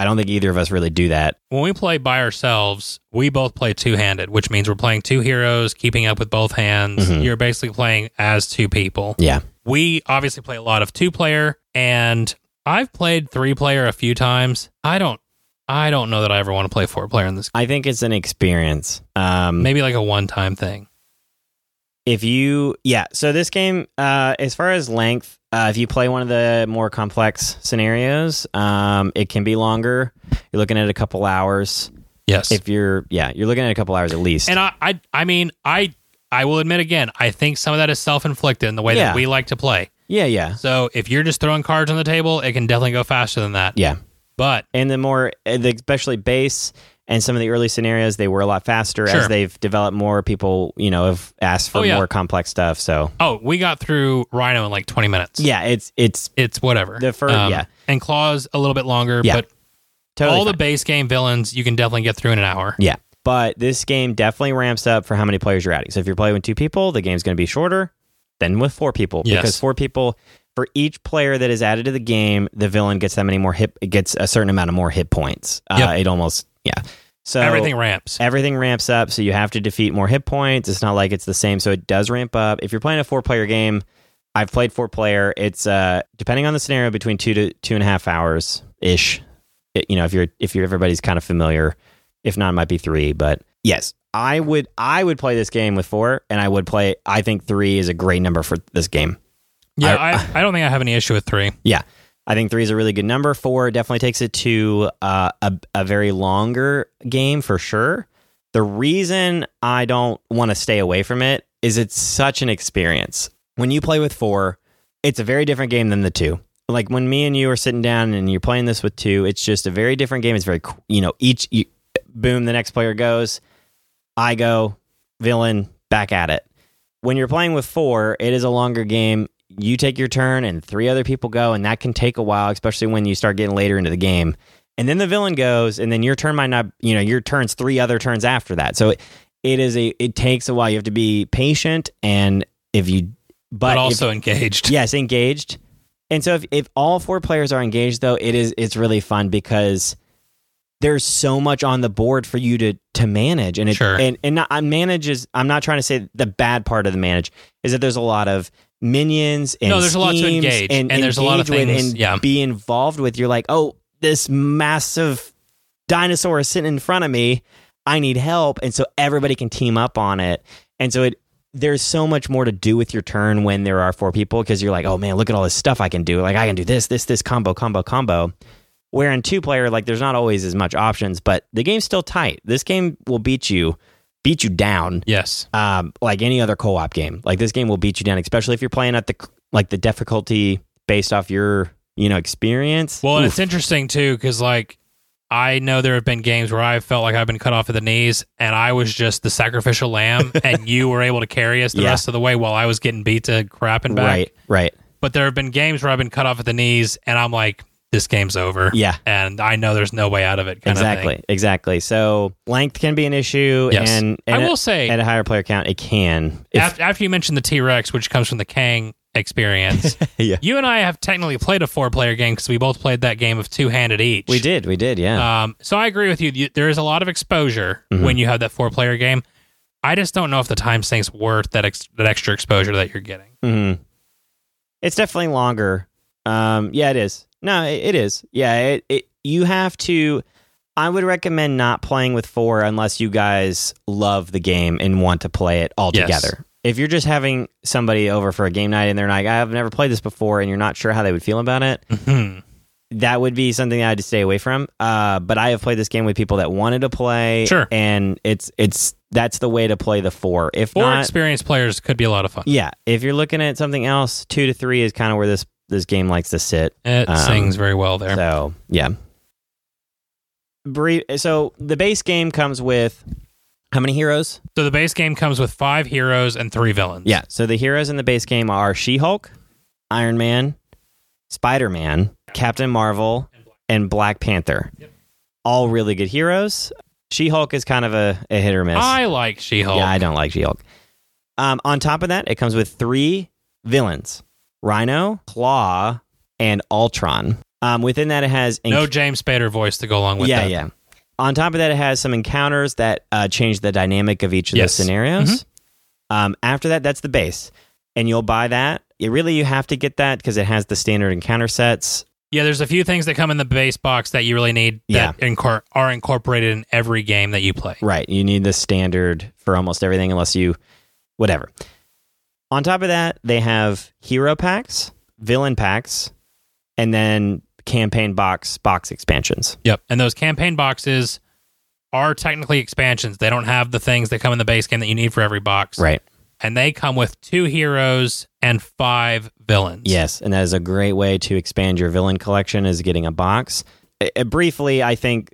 Speaker 2: I don't think either of us really do that.
Speaker 4: When we play by ourselves, we both play two handed, which means we're playing two heroes, keeping up with both hands.
Speaker 2: Mhm.
Speaker 4: You're basically playing as two people.
Speaker 2: Yeah.
Speaker 4: We obviously play a lot of two player, and I've played three player a few times. I don't. I don't know that I ever want to play four player in this.
Speaker 2: I think it's an experience. Um,
Speaker 4: Maybe like a one time thing.
Speaker 2: if you, yeah. So this game, uh, as far as length, uh, if you play one of the more complex scenarios, um, it can be longer. You're looking at a couple hours.
Speaker 4: Yes.
Speaker 2: If you're, yeah, you're looking at a couple hours at least.
Speaker 4: and I, I, I mean, I, I will admit again, I think some of that is self inflicted in the way
Speaker 2: Yeah.
Speaker 4: that we like to play.
Speaker 2: yeah, yeah,
Speaker 4: So if you're just throwing cards on the table, it can definitely go faster than that.
Speaker 2: yeah.
Speaker 4: But
Speaker 2: and the more and the- especially base and some of the early scenarios they were a lot faster as
Speaker 4: Sure.
Speaker 2: they've developed more people you know have asked for
Speaker 4: Oh, yeah.
Speaker 2: more complex stuff so
Speaker 4: oh, we got through Rhino in like 20 minutes.
Speaker 2: yeah it's it's
Speaker 4: It's whatever. Um,
Speaker 2: The fir- yeah.
Speaker 4: And Claw's a little bit longer,
Speaker 2: Yeah.
Speaker 4: but
Speaker 2: totally
Speaker 4: all the
Speaker 2: fine.
Speaker 4: base game villains you can definitely get through in an hour.
Speaker 2: yeah but this game definitely ramps up for how many players you're adding so if you're playing with two people the game's going to be shorter than with four people
Speaker 4: Yes.
Speaker 2: because four people for each player that is added to the game the villain gets that many more hit it gets a certain amount of more hit points uh,
Speaker 4: Yep.
Speaker 2: it almost yeah so uh,
Speaker 4: Everything ramps.
Speaker 2: Everything ramps up, so you have to defeat more hit points. It's not like it's the same, so it does ramp up. If you're playing a four player game, I've played four player. It's uh, depending on the scenario between two to two and a half hours ish. It- You know, if you're if you're everybody's kind of familiar, if not, it might be three. But yes, I would I would play this game with four, and I would play. I think three is a great number for this game.
Speaker 4: Yeah, I, I, don't think I have any issue with three.
Speaker 2: Yeah. I think three is a really good number. Four definitely takes it to uh, a, a very longer game for sure. The reason I don't want to stay away from it is it's such an experience. When you play with four, it's a very different game than the two. Like when me and you are sitting down and you're playing this with two, it's just a very different game. It's very, qu- you know, each, you, boom, the next player goes. I go, villain, back at it. When you're playing with four, it is a longer game. You take your turn and three other people go, and that can take a while, especially when you start getting later into the game. And then the villain goes, and then your turn might not, you know, your turn's three other turns after that. So it, it is a, it takes a while. You have to be patient. And if you,
Speaker 4: But,
Speaker 2: but, if-
Speaker 4: also engaged.
Speaker 2: Yes, engaged. And so if, if all four players are engaged though, it is it's really fun because there's so much on the board for you to to manage and it
Speaker 4: Sure.
Speaker 2: and and not, I manage is I'm not trying to say the bad part of the manage is that there's a lot of minions and
Speaker 4: No, there's a lot to
Speaker 2: schemes
Speaker 4: engage, and there's a lot of
Speaker 2: engage with
Speaker 4: things-
Speaker 2: and
Speaker 4: yeah.
Speaker 2: be involved with. You're like, oh, this massive dinosaur is sitting in front of me. I need help, and so everybody can team up on it. And so it there's so much more to do with your turn when there are four people because you're like, oh man, look at all this stuff I can do. Like I can do this, this, this combo, combo, combo. Where in two player, like there's not always as much options, but the game's still tight. This game will beat you, beat you down
Speaker 4: Yes.
Speaker 2: um, like any other co-op game. Like this game will beat you down, especially if you're playing at the like the difficulty based off your you know experience.
Speaker 4: Well, and
Speaker 2: Oof.
Speaker 4: it's interesting too because like I know there have been games where I felt like I've been cut off at the knees and I was just the sacrificial
Speaker 2: *laughs*
Speaker 4: lamb, and you were able to carry us the
Speaker 2: Yeah.
Speaker 4: rest of the way while I was getting beat to crap and back.
Speaker 2: right, right,
Speaker 4: But there have been games where I've been cut off at the knees, and I'm like, this game's over.
Speaker 2: yeah.
Speaker 4: And I know there's no way out of it. Kind Of
Speaker 2: Exactly, exactly. So length can be an issue,
Speaker 4: Yes.
Speaker 2: and,
Speaker 4: thing.
Speaker 2: and
Speaker 4: I will
Speaker 2: at,
Speaker 4: say,
Speaker 2: at a higher player count, it can. If-
Speaker 4: af- after you mentioned the T Rex, which comes from the Kang
Speaker 2: *laughs*
Speaker 4: experience,
Speaker 2: *laughs* Yeah.
Speaker 4: you and I have technically played a four player game because we both played that game of two handed each.
Speaker 2: we did, we did, yeah, Mm-hmm.
Speaker 4: Um, so I agree with you. you. There is a lot of exposure when you have that four player game. I just don't know if the time sink's worth that ex- that extra exposure that you're getting.
Speaker 2: hmm It's definitely longer. Um, yeah, it is. No, it, it is. Yeah, it, it. You have to. I would recommend not playing with four unless you guys love the game and want to play it all
Speaker 4: Yes.
Speaker 2: together. if you're just having somebody over for a game night and they're like, I've never played this before, and you're not sure how they would feel about it,
Speaker 4: Mm-hmm.
Speaker 2: that would be something I'd stay away from. Uh, but I have played this game with people that wanted to play,
Speaker 4: Sure.
Speaker 2: and it's it's that's the way to play the four. If
Speaker 4: Four
Speaker 2: not,
Speaker 4: experienced players could be a lot of fun.
Speaker 2: yeah, if you're looking at something else, two to three is kind of where this this game likes to sit.
Speaker 4: It
Speaker 2: Um,
Speaker 4: sings very well there.
Speaker 2: So yeah. Brief. So the base game comes with how many heroes?
Speaker 4: So the base game comes with five heroes and three villains.
Speaker 2: Yeah. So the heroes in the base game are She Hulk, Iron Man, Spider Man, Captain Marvel, and Black Panther. All really good heroes. She Hulk is kind of a, a hit or miss.
Speaker 4: I like She-Hulk.
Speaker 2: Yeah, I don't like She Hulk. Um, on top of that, it comes with three villains Rhino, Claw, and Ultron. Um, within that, it has.
Speaker 4: no James Spader voice to go along with
Speaker 2: yeah,
Speaker 4: that.
Speaker 2: yeah. On top of that, it has some encounters that uh, change the dynamic of each of
Speaker 4: Yes. Mm-hmm.
Speaker 2: the scenarios. Um, after that, that's the base, and you'll buy that. It really you have to get that because it has the standard encounter sets.
Speaker 4: Yeah, there's a few things that come in the base box that you really need that incor- are incorporated in every game that you play.
Speaker 2: Right, you need the standard for almost everything, unless you, whatever. On top of that, they have hero packs, villain packs, and then campaign box box expansions.
Speaker 4: Yep. And those campaign boxes are technically expansions. They don't have the things that come in the base game that you need for every box.
Speaker 2: Right.
Speaker 4: And they come with two heroes and five villains.
Speaker 2: Yes, and that is a great way to expand your villain collection is getting a box. Uh, briefly, I think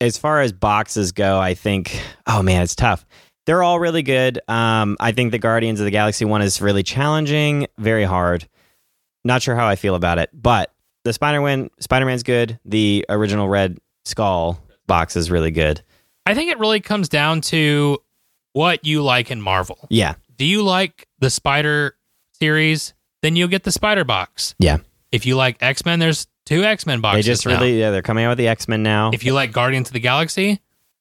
Speaker 2: as far as boxes go, I think oh man, it's tough. They're all really good. Um, I think the Guardians of the Galaxy one is really challenging, very hard. Not sure how I feel about it, but the Spider-Man Spider-Man's good. The original Red Skull box is really good.
Speaker 4: I think it really comes down to what you like in Marvel.
Speaker 2: Yeah,
Speaker 4: Do you like the Spider series? Then you'll get the Spider box.
Speaker 2: yeah.
Speaker 4: If you like X Men, there's two X Men
Speaker 2: They
Speaker 4: boxes.
Speaker 2: just
Speaker 4: now.
Speaker 2: really yeah they're coming out with the X-Men now.
Speaker 4: If you like Guardians of the Galaxy,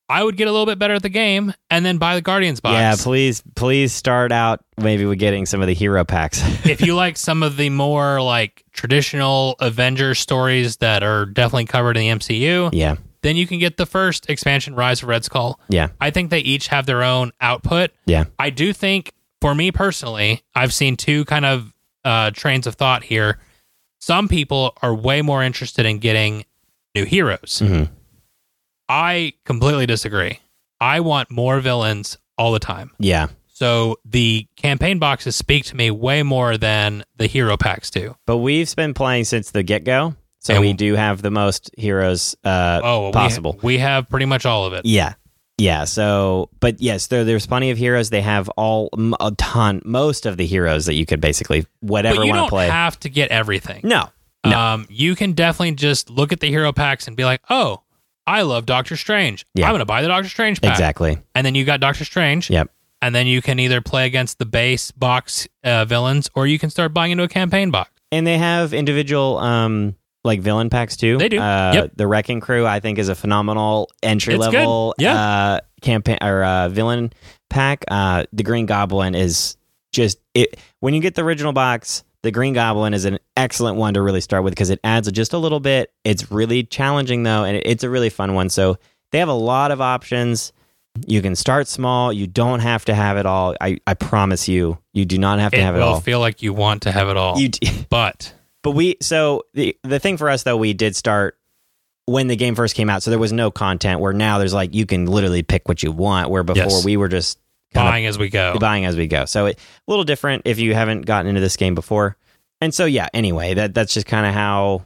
Speaker 4: I would get a little bit better at the game and then buy the Guardians box.
Speaker 2: Yeah, please please start out maybe with getting some of the hero packs.
Speaker 4: *laughs*
Speaker 2: *laughs*
Speaker 4: if you like some of the more like traditional Avenger stories that are definitely covered in the MCU,
Speaker 2: yeah.
Speaker 4: then you can get the first expansion Rise of Red Skull.
Speaker 2: Yeah.
Speaker 4: I think they each have their own output.
Speaker 2: Yeah.
Speaker 4: I do think for me personally, I've seen two kind of uh, trains of thought here. Some people are way more interested in getting new heroes.
Speaker 2: Mhm.
Speaker 4: I completely disagree. I want more villains all the time.
Speaker 2: Yeah.
Speaker 4: So the campaign boxes speak to me way more than the hero packs do.
Speaker 2: But we've been playing since the get go. So
Speaker 4: And
Speaker 2: we
Speaker 4: we-
Speaker 2: do have the most heroes uh,
Speaker 4: Oh, well, we-
Speaker 2: possible.
Speaker 4: We, have pretty much all of it.
Speaker 2: yeah. Yeah. So, but yes, there, there's plenty of heroes. They have all m- a ton, most of the heroes that you could basically, whatever
Speaker 4: but you
Speaker 2: want
Speaker 4: don't
Speaker 2: to play.
Speaker 4: have to get everything.
Speaker 2: no.
Speaker 4: Um, you can definitely just look at the hero packs and be like, "Oh, I love Doctor Strange.
Speaker 2: Yeah.
Speaker 4: I'm going to buy the Doctor Strange pack."
Speaker 2: Exactly.
Speaker 4: And then you got Doctor Strange.
Speaker 2: Yep.
Speaker 4: And then you can either play against the base box uh, villains, or you can start buying into a campaign box.
Speaker 2: And they have individual, um, like villain packs too.
Speaker 4: They do.
Speaker 2: Uh,
Speaker 4: Yep.
Speaker 2: The Wrecking Crew, I think, is a phenomenal entry
Speaker 4: It's good.
Speaker 2: level
Speaker 4: Yeah.
Speaker 2: uh, campaign or uh, villain pack. Uh, the Green Goblin is just it. When you get the original box, the Green Goblin is an excellent one to really start with because it adds just a little bit. It's really challenging though, and it, it's a really fun one. So they have a lot of options. You can start small. You don't have to have it all. I, I promise you, you do not have to
Speaker 4: it
Speaker 2: have it
Speaker 4: will
Speaker 2: all.
Speaker 4: feel like you want to have it all.
Speaker 2: you. d-
Speaker 4: but
Speaker 2: But we so the the thing for us though we did start when the game first came out, so there was no content. Where now there's like you can literally pick what you want. Where before
Speaker 4: Yes.
Speaker 2: we were just kind
Speaker 4: buying as we go.
Speaker 2: of buying as we go. So it, a little different if you haven't gotten into this game before. And so yeah, anyway, that that's just kind of how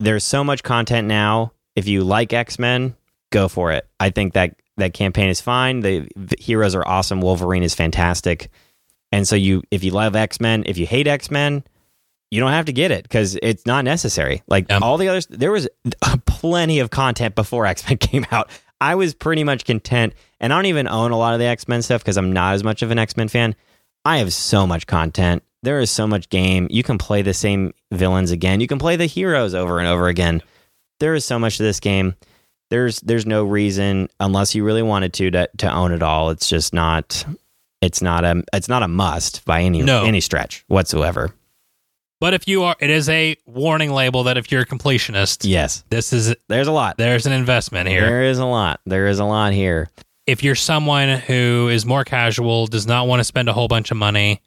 Speaker 2: there's so much content now. If you like X Men, go for it. I think that that campaign is fine. The, the heroes are awesome. Wolverine is fantastic. And so you, if you love X Men, if you hate X Men, you don't have to get it because it's not necessary. Like
Speaker 4: Yeah.
Speaker 2: all the others, there was *laughs* plenty of content before X Men *laughs* came out. I was pretty much content, and I don't even own a lot of the X Men stuff because I'm not as much of an X Men fan. I have so much content. There is so much game. You can play the same villains again. You can play the heroes over and over again. There is so much to this game. There's there's no reason unless you really wanted to to, to own it all. It's just not it's not a it's not a must by any
Speaker 4: No.
Speaker 2: any stretch whatsoever.
Speaker 4: But if you are, it is a warning label that if you're a completionist,
Speaker 2: Yes.
Speaker 4: this is
Speaker 2: There's a lot.
Speaker 4: there's an investment here.
Speaker 2: There is a lot. There is a lot here.
Speaker 4: if you're someone who is more casual, does not want to spend a whole bunch of money,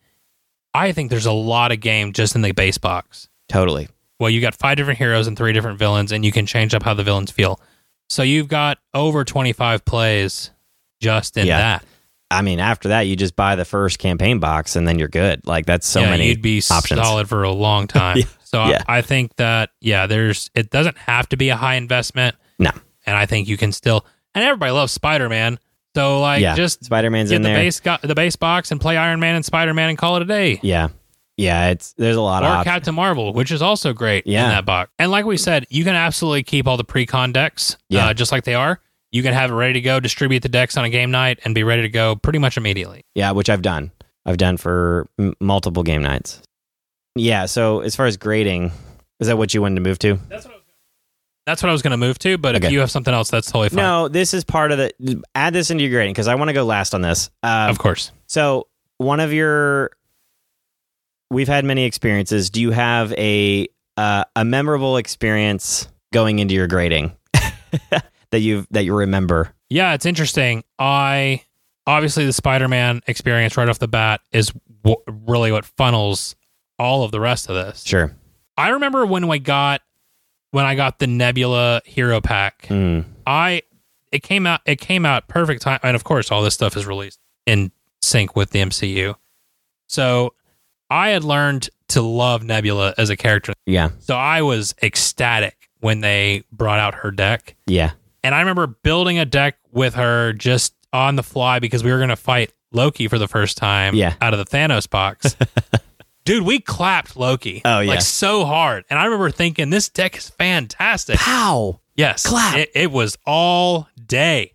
Speaker 4: I think there's a lot of game just in the base box.
Speaker 2: Totally.
Speaker 4: Well, you got five different heroes and three different villains, and you can change up how the villains feel. So you've got over 25 plays just in
Speaker 2: Yeah.
Speaker 4: that.
Speaker 2: I mean, after that, you just buy the first campaign box and then you're good. Like that's so
Speaker 4: Yeah,
Speaker 2: many
Speaker 4: You'd be
Speaker 2: options.
Speaker 4: solid for a
Speaker 2: *laughs*
Speaker 4: long time.
Speaker 2: Yeah.
Speaker 4: So I-
Speaker 2: Yeah.
Speaker 4: I, think that yeah, there's it doesn't have to be a high investment,
Speaker 2: No,
Speaker 4: and I think you can still. And everybody loves Spider Man, so like
Speaker 2: yeah,
Speaker 4: just
Speaker 2: Spider Man's
Speaker 4: get
Speaker 2: in
Speaker 4: the
Speaker 2: there.
Speaker 4: base go- the base box and play Iron Man and Spider Man and call it a day.
Speaker 2: Yeah, yeah. It's there's a lot of
Speaker 4: Or
Speaker 2: options.
Speaker 4: Captain Marvel, which is also great
Speaker 2: Yeah.
Speaker 4: in that box. And like we said, you can absolutely keep all the pre-con decks
Speaker 2: Yeah.
Speaker 4: uh, just like they are. You can have it ready to go, distribute the decks on a game night, and be ready to go pretty much immediately.
Speaker 2: Yeah, which I've done. I've done for m- multiple game nights. Yeah. So as far as grading, is that what you wanted to move to?
Speaker 4: That's what I was going to move to, but if
Speaker 2: Okay.
Speaker 4: you have something else, that's totally fine.
Speaker 2: No, this is part of the. Add this into your grading because I want to go last on this. Um,
Speaker 4: of course.
Speaker 2: so one of your, we've had many experiences. Do you have a uh, a memorable experience going into your grading *laughs* that you have that you remember?
Speaker 4: Yeah, it's interesting. I obviously the Spider-Man experience right off the bat is w- really what funnels all of the rest of this.
Speaker 2: Sure.
Speaker 4: I remember when we got when I got the Nebula Hero Pack.
Speaker 2: Mm.
Speaker 4: I it came out it came out perfect time and of course all this stuff is released in sync with the MCU. So I had learned to love Nebula as a character.
Speaker 2: Yeah.
Speaker 4: So I was ecstatic when they brought out her deck.
Speaker 2: Yeah.
Speaker 4: And I remember building a deck with her just on the fly because we were going to fight Loki for the first time
Speaker 2: Yeah.
Speaker 4: out of the Thanos
Speaker 2: *laughs*
Speaker 4: box. Dude, we clapped Loki.
Speaker 2: Oh, yeah.
Speaker 4: Like so hard. And I remember thinking, this deck is
Speaker 2: *laughs*
Speaker 4: fantastic.
Speaker 2: Pow!
Speaker 4: Yes.
Speaker 2: Clap.
Speaker 4: It, it was all day.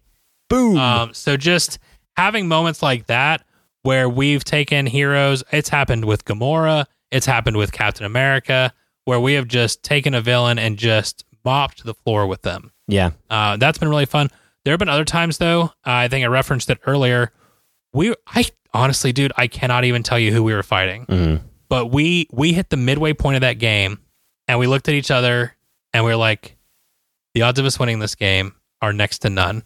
Speaker 2: Boom!
Speaker 4: Um, so just having moments like that where we've taken heroes, it's happened with Gamora, it's happened with Captain America, where we have just taken a villain and just mopped the floor with them.
Speaker 2: yeah.
Speaker 4: Uh, that's been really fun. There have been other times though. uh, I think I referenced it earlier. We, I honestly, dude, I cannot even tell you who we were fighting,
Speaker 2: Mm.
Speaker 4: but we we hit the midway point of that game, and we looked at each other and we were like, the odds of us winning this game are next to
Speaker 2: *laughs*
Speaker 4: none.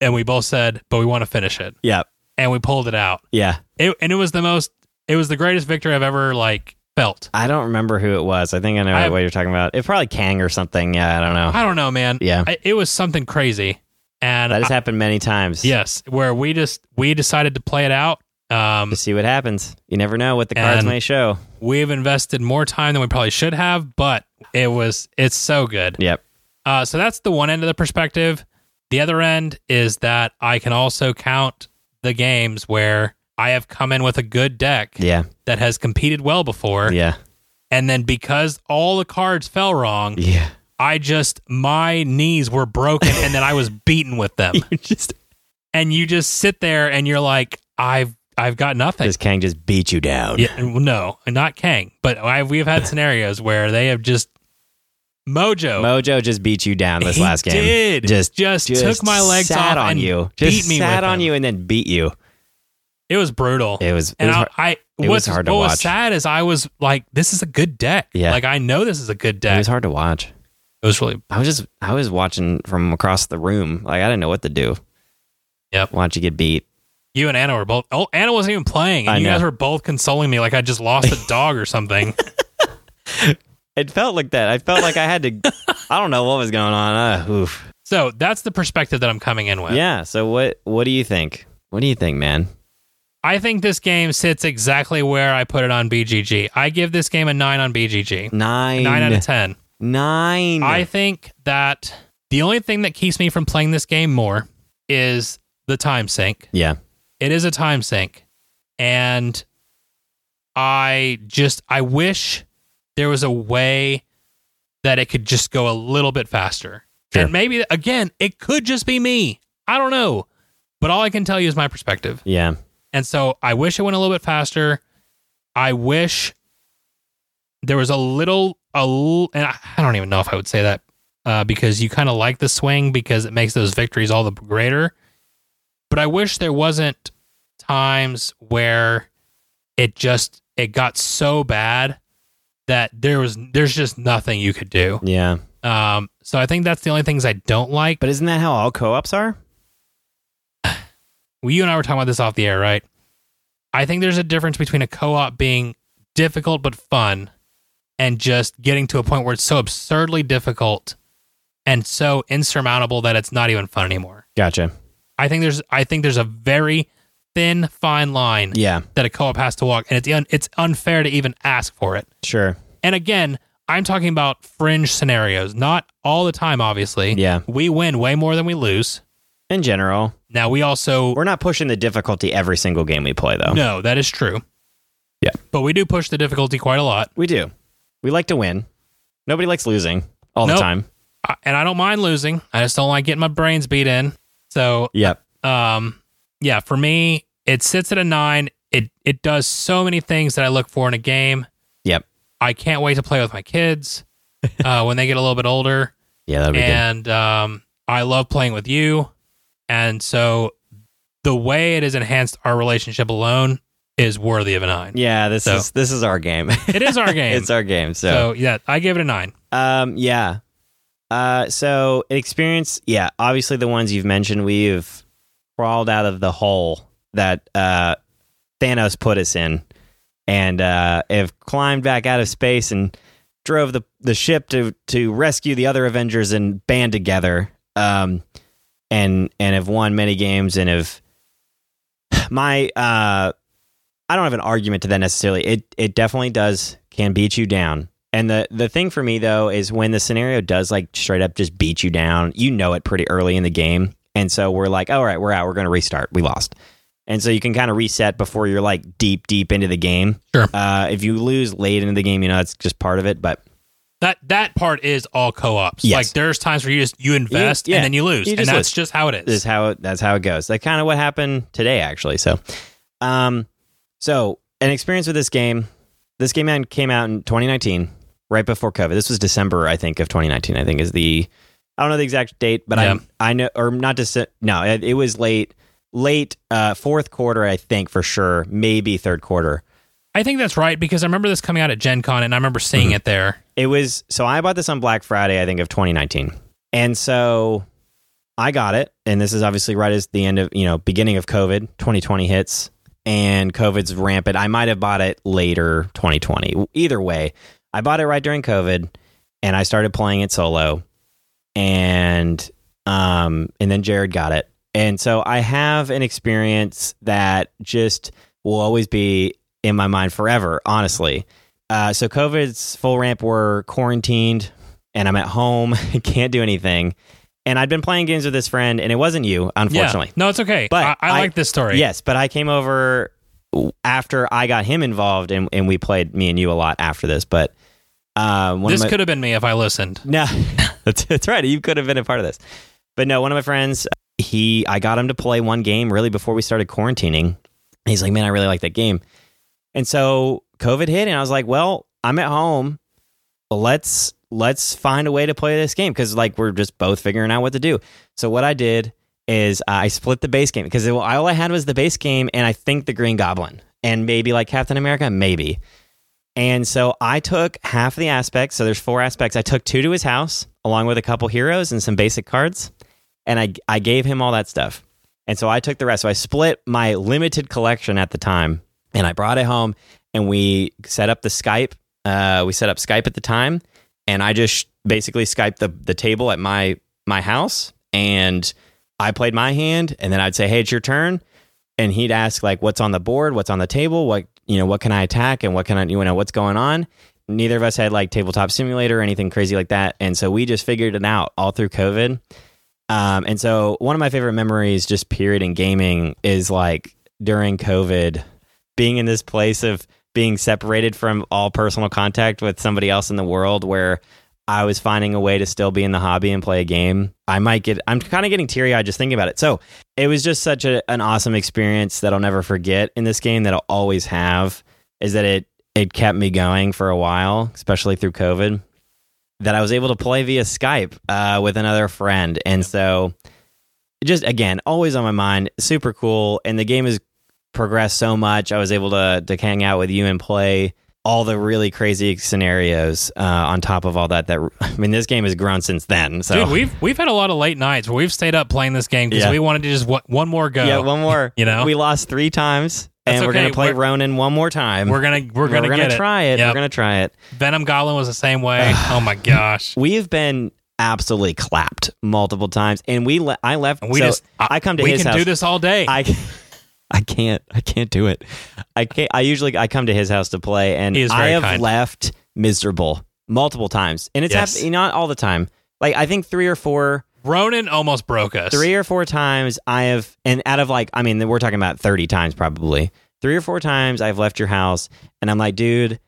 Speaker 4: and we both said, but we want to finish it,
Speaker 2: Yeah.
Speaker 4: and we pulled it out.
Speaker 2: Yeah.
Speaker 4: It, and it was the most, it was the greatest victory I've ever like felt.
Speaker 2: I don't remember who it was. I think I know
Speaker 4: I-
Speaker 2: what you're talking about. It's probably Kang or something. Yeah, I don't know.
Speaker 4: I don't know, man.
Speaker 2: Yeah.
Speaker 4: I, it was something crazy, and
Speaker 2: That has happened many times.
Speaker 4: Yes, where we just we decided to play it out. Um,
Speaker 2: To see what happens. You never know what the cards
Speaker 4: And-
Speaker 2: may show.
Speaker 4: we've invested more time than we probably should have, but it was it's so good.
Speaker 2: Yep.
Speaker 4: Uh, so that's the one end of the perspective. The other end is that I can also count the games where I have come in with a good deck
Speaker 2: Yeah.
Speaker 4: that has competed well before,
Speaker 2: Yeah.
Speaker 4: and then because all the cards fell wrong,
Speaker 2: *laughs* Yeah.
Speaker 4: I just my knees were broken, and then I was beaten with
Speaker 2: *laughs*
Speaker 4: them.
Speaker 2: just
Speaker 4: And you just sit there and you're like, I've I've got nothing.
Speaker 2: Does Kang just beat you down?
Speaker 4: Yeah, well, no, not Kang, but I, we've had
Speaker 2: *laughs*
Speaker 4: scenarios where they have just Mojo.
Speaker 2: Mojo just beat you down this
Speaker 4: he
Speaker 2: last game.
Speaker 4: did
Speaker 2: Just,
Speaker 4: just, took my legs
Speaker 2: sat
Speaker 4: off
Speaker 2: on
Speaker 4: and
Speaker 2: you.
Speaker 4: beat
Speaker 2: Just
Speaker 4: me
Speaker 2: sat
Speaker 4: with
Speaker 2: on
Speaker 4: them.
Speaker 2: you and then beat you.
Speaker 4: It was brutal.
Speaker 2: It was. It
Speaker 4: and
Speaker 2: was
Speaker 4: I,
Speaker 2: hard.
Speaker 4: I
Speaker 2: it was
Speaker 4: what's,
Speaker 2: hard to
Speaker 4: what
Speaker 2: watch.
Speaker 4: was sad is I was like, this is a good deck.
Speaker 2: Yeah.
Speaker 4: like I know this is a good
Speaker 2: It
Speaker 4: deck.
Speaker 2: was hard to watch.
Speaker 4: It was really
Speaker 2: I was just. I was watching from across the room. Like I didn't know what to do.
Speaker 4: Yep.
Speaker 2: Watch you get beat.
Speaker 4: you and Anna were both. Oh, Anna wasn't even playing. And
Speaker 2: I
Speaker 4: you
Speaker 2: know.
Speaker 4: guys were both consoling me like I just lost
Speaker 2: *laughs*
Speaker 4: a dog or something.
Speaker 2: It felt like that. I felt like I
Speaker 4: *laughs*
Speaker 2: had to. I don't know what was going on. Uh, oof.
Speaker 4: So that's the perspective that I'm coming in with.
Speaker 2: Yeah. So what? What do you think? What do you think, man?
Speaker 4: I think this game sits exactly where I put it on BGG. I give this game a nine on BGG.
Speaker 2: Nine.
Speaker 4: Nine out of ten.
Speaker 2: Nine.
Speaker 4: I think that the only thing that keeps me from playing this game more is the time sink.
Speaker 2: yeah.
Speaker 4: It is a time sink. And I just I wish there was a way that it could just go a little bit faster.
Speaker 2: Sure.
Speaker 4: And maybe again, it could just be me. I don't know. But all I can tell you is my perspective.
Speaker 2: Yeah.
Speaker 4: And so I wish it went a little bit faster. I wish there was a little, a l- and I, I don't even know if I would say that uh, because you kind of like the swing because it makes those victories all the greater. But I wish there wasn't times where it just it got so bad that there was there's just nothing you could do.
Speaker 2: Yeah.
Speaker 4: Um, so I think that's the only things I don't like.
Speaker 2: But isn't that how all co-ops are?
Speaker 4: well, you and I were talking about this off the air, right? I think there's a difference between a co-op being difficult but fun and just getting to a point where it's so absurdly difficult and so insurmountable that it's not even fun anymore.
Speaker 2: Gotcha.
Speaker 4: I think there's I think there's a very thin fine line
Speaker 2: Yeah,
Speaker 4: that a co-op has to walk and it's un- it's unfair to even ask for it.
Speaker 2: sure.
Speaker 4: And again, I'm talking about fringe scenarios, not all the time obviously.
Speaker 2: Yeah.
Speaker 4: We win way more than we lose.
Speaker 2: In general,
Speaker 4: Now we also
Speaker 2: we're not pushing the difficulty every single game we play, though.
Speaker 4: No, that is true.
Speaker 2: Yeah.
Speaker 4: But we do push the difficulty quite a lot.
Speaker 2: We do. We like to win. Nobody likes losing all the
Speaker 4: Nope.
Speaker 2: time.
Speaker 4: I, and I don't mind losing. I just don't like getting my brains beat in. So,
Speaker 2: Yep.
Speaker 4: um, yeah, for me, it sits at a nine. It it does so many things that I look for in a game.
Speaker 2: Yep.
Speaker 4: I can't wait to play with my
Speaker 2: *laughs*
Speaker 4: kids uh, when they get a little bit older.
Speaker 2: Yeah, that'd be
Speaker 4: and um, I love playing with you. And so, the way it has enhanced our relationship alone is worthy of a nine.
Speaker 2: good. Yeah, this
Speaker 4: So-
Speaker 2: is this is our game. *laughs*
Speaker 4: It is our game.
Speaker 2: it's our game.
Speaker 4: so yeah, I gave it a nine.
Speaker 2: Um, yeah. Uh, so experience, yeah. Obviously, the ones you've mentioned, we've crawled out of the hole that uh, Thanos put us in, and uh, have climbed back out of space and drove the the ship to to rescue the other Avengers and band together. Um, and and have won many games and have *sighs* my uh I don't have an argument to that necessarily. It it definitely does can beat you down. And the the thing for me though is when the scenario does like straight up just beat you down, you know it pretty early in the game. And so we're like, all right, we're out. We're going to restart. We lost. And so you can kind of reset before you're like deep deep into the game.
Speaker 4: Sure.
Speaker 2: Uh, if you lose late into the game, you know that's just part of it. But
Speaker 4: That that part is all co-ops.
Speaker 2: Yes.
Speaker 4: Like there's times where you just you invest
Speaker 2: yeah,
Speaker 4: and then you lose,
Speaker 2: you
Speaker 4: and
Speaker 2: just
Speaker 4: that's
Speaker 2: lose.
Speaker 4: just how it
Speaker 2: is
Speaker 4: is.
Speaker 2: how that's how it goes. That kind of what happened today, actually. So, um, so an experience with this game. This game out- came out in 2019, right before COVID. This was December, I think, of 2019. I think is the I don't know the exact date, but
Speaker 4: Yeah.
Speaker 2: I I know or not Dece- No, it, it was late late uh, fourth quarter, I think for sure, maybe third quarter.
Speaker 4: I think that's right because I remember this coming out at Gen Con and I remember
Speaker 2: Mm-hmm.
Speaker 4: seeing it there.
Speaker 2: It was so I bought this on Black Friday, I think, of 2019, and so I got it. And this is obviously right as the end of you know beginning of COVID, 2020 hits, and COVID's rampant. I might have bought it later 2020. Either way, I bought it right during COVID, and I started playing it solo, and um, and then Jared got it, and so I have an experience that just will always be in my mind forever. Honestly, uh, so COVID's full ramp were quarantined, and I'm at home, *laughs* can't do anything. And I'd been playing games with this friend, and it wasn't you, unfortunately.
Speaker 4: Yeah. No, it's okay.
Speaker 2: But
Speaker 4: I, I,
Speaker 2: I-
Speaker 4: like this story.
Speaker 2: Yes, but I came over after I got him involved, and, and we played me and you a lot after this. But uh, one
Speaker 4: This
Speaker 2: of my,
Speaker 4: could have been me if I listened.
Speaker 2: no, *laughs* that's, that's right. You could have been a part of this. But no, one of my friends, he, I got him to play one game really before we started quarantining. And he's like, man, I really like that game. And so COVID hit, and I was like, well, I'm at home. Let's let's find a way to play this game because like we're just both figuring out what to do. So what I did is I split the base game because all I had was the base game and I think the Green Goblin and maybe like Captain America, maybe. And so I took half the aspects. So there's four aspects. I took two to his house, along with a couple heroes and some basic cards. And I, I gave him all that stuff. And so I took the rest. So I split my limited collection at the time and I brought it home and we set up the Skype. Uh, we set up Skype at the time. And I just basically Skyped the, the table at my, my house. And I played my hand. And then I'd say, hey, it's your turn and he'd ask like what's on the board what's on the table what you know what can i attack and what can i you know what's going on neither of us had like tabletop simulator or anything crazy like that and so we just figured it out all through covid um, and so one of my favorite memories just period in gaming is like during covid being in this place of being separated from all personal contact with somebody else in the world where I was finding a way to still be in the hobby and play a game. I might get, I'm kind of getting teary eyed just thinking about it. So it was just such a, an awesome experience that I'll never forget in this game that I'll always have is that it, it kept me going for a while, especially through COVID, that I was able to play via Skype uh, with another friend. And so just again, always on my mind, super cool. And the game has progressed so much. I was able to, to hang out with you and play all the really crazy scenarios uh, on top of all that. That *laughs* I mean, this game has grown since then. So
Speaker 4: Dude, we've we've had a lot of late nights where we've stayed up playing this game because
Speaker 2: Yeah.
Speaker 4: we wanted to just wa- one more go.
Speaker 2: yeah, one more.
Speaker 4: *laughs* You know?
Speaker 2: we lost three times,
Speaker 4: That's
Speaker 2: and we're gonna
Speaker 4: okay.
Speaker 2: play
Speaker 4: We're-
Speaker 2: Ronin one more time.
Speaker 4: we're gonna we're gonna,
Speaker 2: We're
Speaker 4: get
Speaker 2: try it.
Speaker 4: Yep.
Speaker 2: We're gonna try it.
Speaker 4: Venom Goblin was the same
Speaker 2: *sighs*
Speaker 4: way. oh my gosh.
Speaker 2: We have been absolutely clapped multiple times, and we le- I left.
Speaker 4: And we
Speaker 2: so
Speaker 4: just uh,
Speaker 2: I come to
Speaker 4: we
Speaker 2: his
Speaker 4: can
Speaker 2: house.
Speaker 4: do this all day.
Speaker 2: I *laughs* I can't I can't do it. I can't. I usually I come to his house to play, and
Speaker 4: He is
Speaker 2: I
Speaker 4: very
Speaker 2: have
Speaker 4: kind.
Speaker 2: left miserable multiple times, and it's hap-
Speaker 4: Yes.
Speaker 2: not all the time. Like I think three or four,
Speaker 4: Ronan almost broke us.
Speaker 2: three or four times I have, and out of like I mean we're talking about thirty times probably, three or four times I've left your house, and I'm like, dude,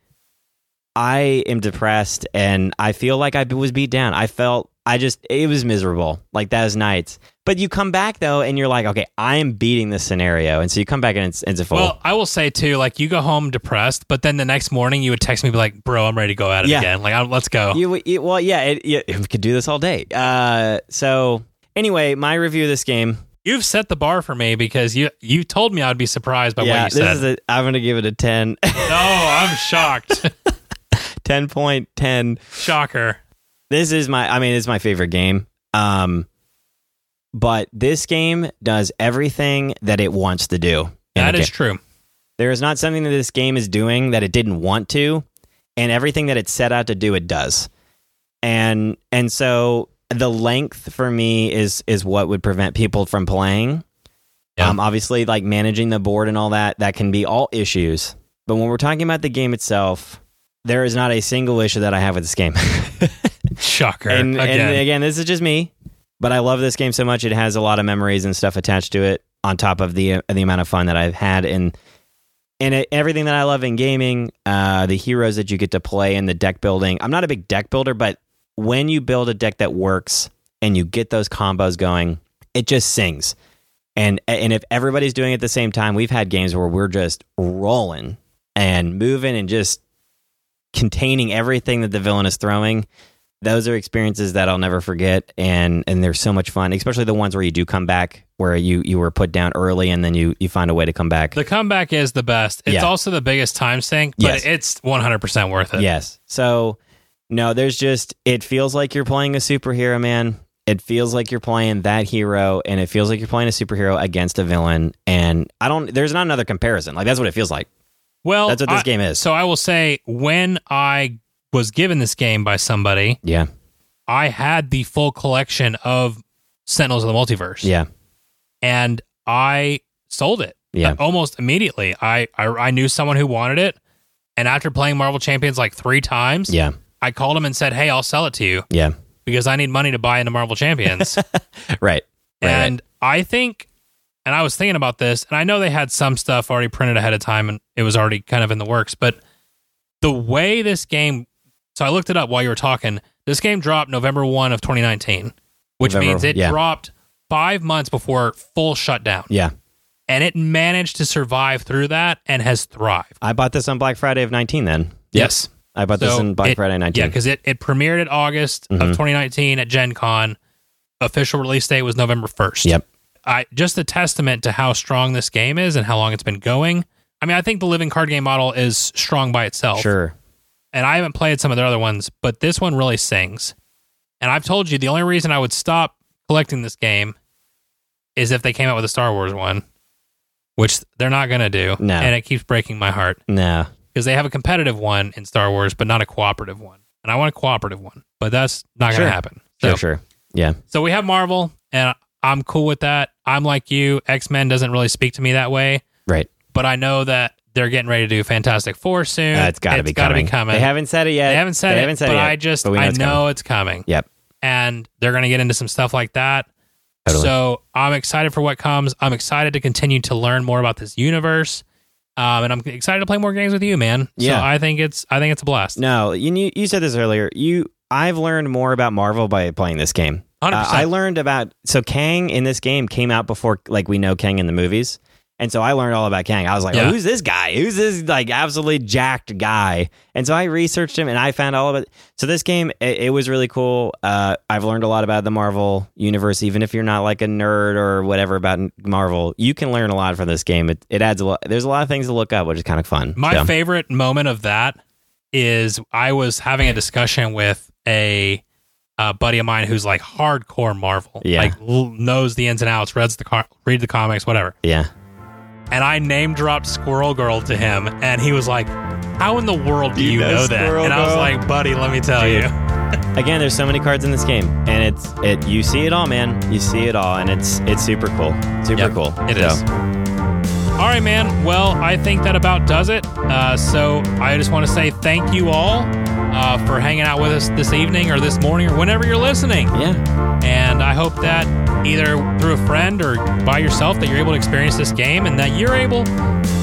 Speaker 2: I am depressed, and I feel like I was beat down. I felt I just it was miserable, like those nights. But you come back though, and you're like, okay, I am beating this scenario, and so you come back and it's, it's a full.
Speaker 4: Well, I will say too, like you go home depressed, but then the next morning you would text me be like, "Bro, I'm ready to go at it
Speaker 2: Yeah.
Speaker 4: again. Like, i let's go."
Speaker 2: You, you well, yeah, it, yeah, *laughs* we could do this all day. Uh, so anyway, my review of this game.
Speaker 4: You've set the bar for me because you you told me I'd be surprised by
Speaker 2: yeah,
Speaker 4: what
Speaker 2: this
Speaker 4: you said.
Speaker 2: is a, I'm gonna give it a *laughs* 10.
Speaker 4: no, I'm shocked.
Speaker 2: *laughs* 10.10.
Speaker 4: Shocker.
Speaker 2: This is my, I mean, it's my favorite game. Um, but this game does everything that it wants to do. in a
Speaker 4: That is
Speaker 2: game.
Speaker 4: true.
Speaker 2: There is not something that this game is doing that it didn't want to, and everything that it set out to do, it does. And and so the length for me is is what would prevent people from playing.
Speaker 4: Yeah.
Speaker 2: Um, obviously, like managing the board and all that, that can be all issues. But when we're talking about the game itself, there is not a single issue that I have with this game. *laughs*
Speaker 4: Shocker.
Speaker 2: and,
Speaker 4: again.
Speaker 2: and again, this is just me, but I love this game so much. It has a lot of memories and stuff attached to it, on top of the uh, the amount of fun that I've had and and it, everything that I love in gaming. Uh, the heroes that you get to play and the deck building. I'm not a big deck builder, but when you build a deck that works and you get those combos going, it just sings. And and if everybody's doing it at the same time, we've had games where we're just rolling and moving and just containing everything that the villain is throwing. Those are experiences that I'll never forget, and and they're so much fun, especially the ones where you do come back, where you you were put down early, and then you you find a way to come back.
Speaker 4: the comeback is the best. It's
Speaker 2: Yeah.
Speaker 4: also the biggest time sink, but
Speaker 2: Yes.
Speaker 4: it's 100% worth it.
Speaker 2: Yes. So no, there's just it feels like you're playing a superhero, man. It feels like you're playing that hero, and it feels like you're playing a superhero against a villain. And I don't. There's not another comparison. Like that's what it feels like.
Speaker 4: Well,
Speaker 2: That's what this
Speaker 4: Oh, I-
Speaker 2: game is.
Speaker 4: So I will say when I was given this game by somebody,
Speaker 2: Yeah.
Speaker 4: I had the full collection of Sentinels of the Multiverse.
Speaker 2: Yeah.
Speaker 4: And I sold it.
Speaker 2: Yeah.
Speaker 4: Uh, Almost immediately. I, I I knew someone who wanted it. And after playing Marvel Champions like three times,
Speaker 2: Yeah.
Speaker 4: I called him and said, Hey, I'll sell it to you
Speaker 2: Yeah.
Speaker 4: because I need money to buy into Marvel Champions.
Speaker 2: *laughs* Right. Right. right.
Speaker 4: And I think, and I was thinking about this, and I know they had some stuff already printed ahead of time and it was already kind of in the works, but the way this game, so I looked it up while you were talking. This game dropped November 1 of 2019, which
Speaker 2: November,
Speaker 4: means it
Speaker 2: yeah.
Speaker 4: dropped five months before full shutdown.
Speaker 2: yeah.
Speaker 4: And it managed to survive through that and has thrived.
Speaker 2: I bought this on Black Friday of 19. Then.
Speaker 4: Yes.
Speaker 2: I bought this
Speaker 4: So
Speaker 2: on Black
Speaker 4: it-
Speaker 2: Friday Mm-hmm. 19.
Speaker 4: Yeah, because it, it premiered in August of 2019 at Gen Con. Official release date was November 1st.
Speaker 2: Yep.
Speaker 4: I just a testament to how strong this game is and how long it's been going. I mean, I think the living card game model is strong by itself.
Speaker 2: Sure.
Speaker 4: And I haven't played some of their other ones, but this one really sings. And I've told you the only reason I would stop collecting this game is if they came out with a Star Wars one, which they're not going to do.
Speaker 2: No.
Speaker 4: And it keeps breaking my heart
Speaker 2: No.
Speaker 4: because they have a competitive one in Star Wars, but not a cooperative one. And I want a cooperative one, but that's not going
Speaker 2: Sure.
Speaker 4: to happen.
Speaker 2: Sure.
Speaker 4: So,
Speaker 2: Sure. Yeah.
Speaker 4: so we have Marvel, and I'm cool with that. I'm like you. X Men doesn't really speak to me that way,
Speaker 2: Right.
Speaker 4: but I know that they're getting ready to do Fantastic Four soon.
Speaker 2: Uh, it's got to be
Speaker 4: gotta
Speaker 2: coming. They haven't said it yet.
Speaker 4: They haven't said
Speaker 2: They
Speaker 4: it,
Speaker 2: haven't said
Speaker 4: but
Speaker 2: it yet,
Speaker 4: I just
Speaker 2: but we know
Speaker 4: I
Speaker 2: it's coming.
Speaker 4: know it's coming,
Speaker 2: Yep.
Speaker 4: and they're going to get into some stuff like that.
Speaker 2: Totally.
Speaker 4: So I'm excited for what comes. I'm excited to continue to learn more about this universe, um, and I'm excited to play more games with you, man.
Speaker 2: Yeah.
Speaker 4: So I think it's I think it's a blast.
Speaker 2: No, you knew- you said this earlier. You I've learned more about Marvel by playing this game. Uh,
Speaker 4: 100%.
Speaker 2: I learned about so Kang in this game came out before like we know Kang in the movies. And so I learned all about Kang. I was like,
Speaker 4: Yeah.
Speaker 2: oh, who's this guy? Who's this like absolutely jacked guy? And so I researched him and I found all of it. So this game, it, it was really cool. Uh, I've learned a lot about the Marvel universe. Even if you're not like a nerd or whatever about Marvel, you can learn a lot from this game. It, it adds a lot. There's a lot of things to look up, which is kind of fun.
Speaker 4: My
Speaker 2: So,
Speaker 4: favorite moment of that is I was having a discussion with a, uh buddy of mine who's like hardcore Marvel,
Speaker 2: Yeah.
Speaker 4: like l- knows the ins and outs, reads the car, read the comics, whatever.
Speaker 2: Yeah.
Speaker 4: And I name dropped Squirrel Girl to him, and he was like, "How in the world do
Speaker 2: You
Speaker 4: you,
Speaker 2: know
Speaker 4: know, that?"
Speaker 2: Squirrel
Speaker 4: and I was
Speaker 2: Girl?
Speaker 4: like, "Buddy, let me tell
Speaker 2: Dude.
Speaker 4: you."
Speaker 2: Again, there's so many cards in this game, and it's it. You see it all, man. You see it all, and it's it's super cool. Super
Speaker 4: Yep,
Speaker 2: cool.
Speaker 4: It
Speaker 2: So,
Speaker 4: is. All right, man. Well, I think that about does it. Uh, so I just want to say thank you all uh, for hanging out with us this evening or this morning or whenever you're listening.
Speaker 2: Yeah.
Speaker 4: And I hope that either through a friend or by yourself that you're able to experience this game and that you're able.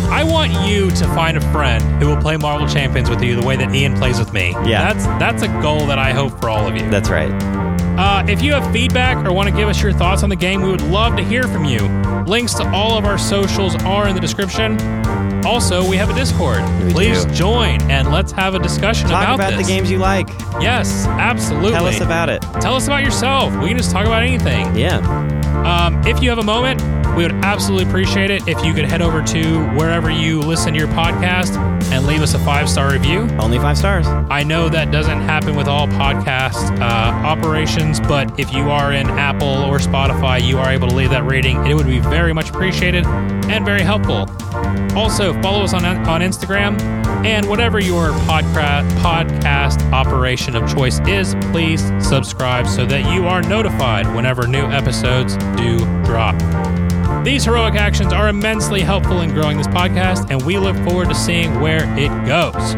Speaker 4: I want you to find a friend who will play Marvel Champions with you the way that Ian plays with me.
Speaker 2: Yeah.
Speaker 4: That's that's a goal that I hope for all of you.
Speaker 2: That's right.
Speaker 4: Uh, if you have feedback or want to give us your thoughts on the game, we would love to hear from you. Links to all of our socials are in the description. Also, we have a Discord.
Speaker 2: We
Speaker 4: Please
Speaker 2: do.
Speaker 4: join and let's have a discussion
Speaker 2: Talk
Speaker 4: about,
Speaker 2: about, the
Speaker 4: this.
Speaker 2: games you like.
Speaker 4: Yes, absolutely.
Speaker 2: Tell us about it.
Speaker 4: Tell us about yourself. We can just talk about anything.
Speaker 2: Yeah.
Speaker 4: Um, if you have a moment, we would absolutely appreciate it if you could head over to wherever you listen to your podcast and leave us a five star review.
Speaker 2: Only five stars.
Speaker 4: I know that doesn't happen with all podcast uh, operations, but if you are in Apple or Spotify, you are able to leave that rating. It would be very much appreciated and very helpful. Also, follow us on on Instagram and whatever your podcast podcast operation of choice is, please subscribe so that you are notified whenever new episodes do drop. These heroic actions are immensely helpful in growing this podcast, and we look forward to seeing where it goes.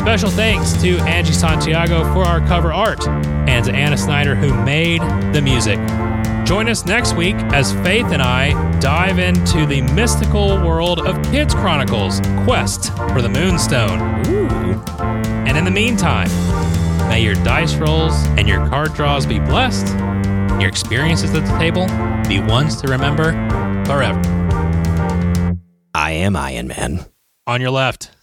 Speaker 4: Special thanks to Angie Santiago for our cover art and to Anna Snyder who made the music. Join us next week as Faith and I dive into the mystical world of Kids Chronicles Quest for the Moonstone. And in the meantime, may your dice rolls and your card draws be blessed, and your experiences at the table be ones to remember forever.
Speaker 2: I am Iron Man.
Speaker 4: On your left.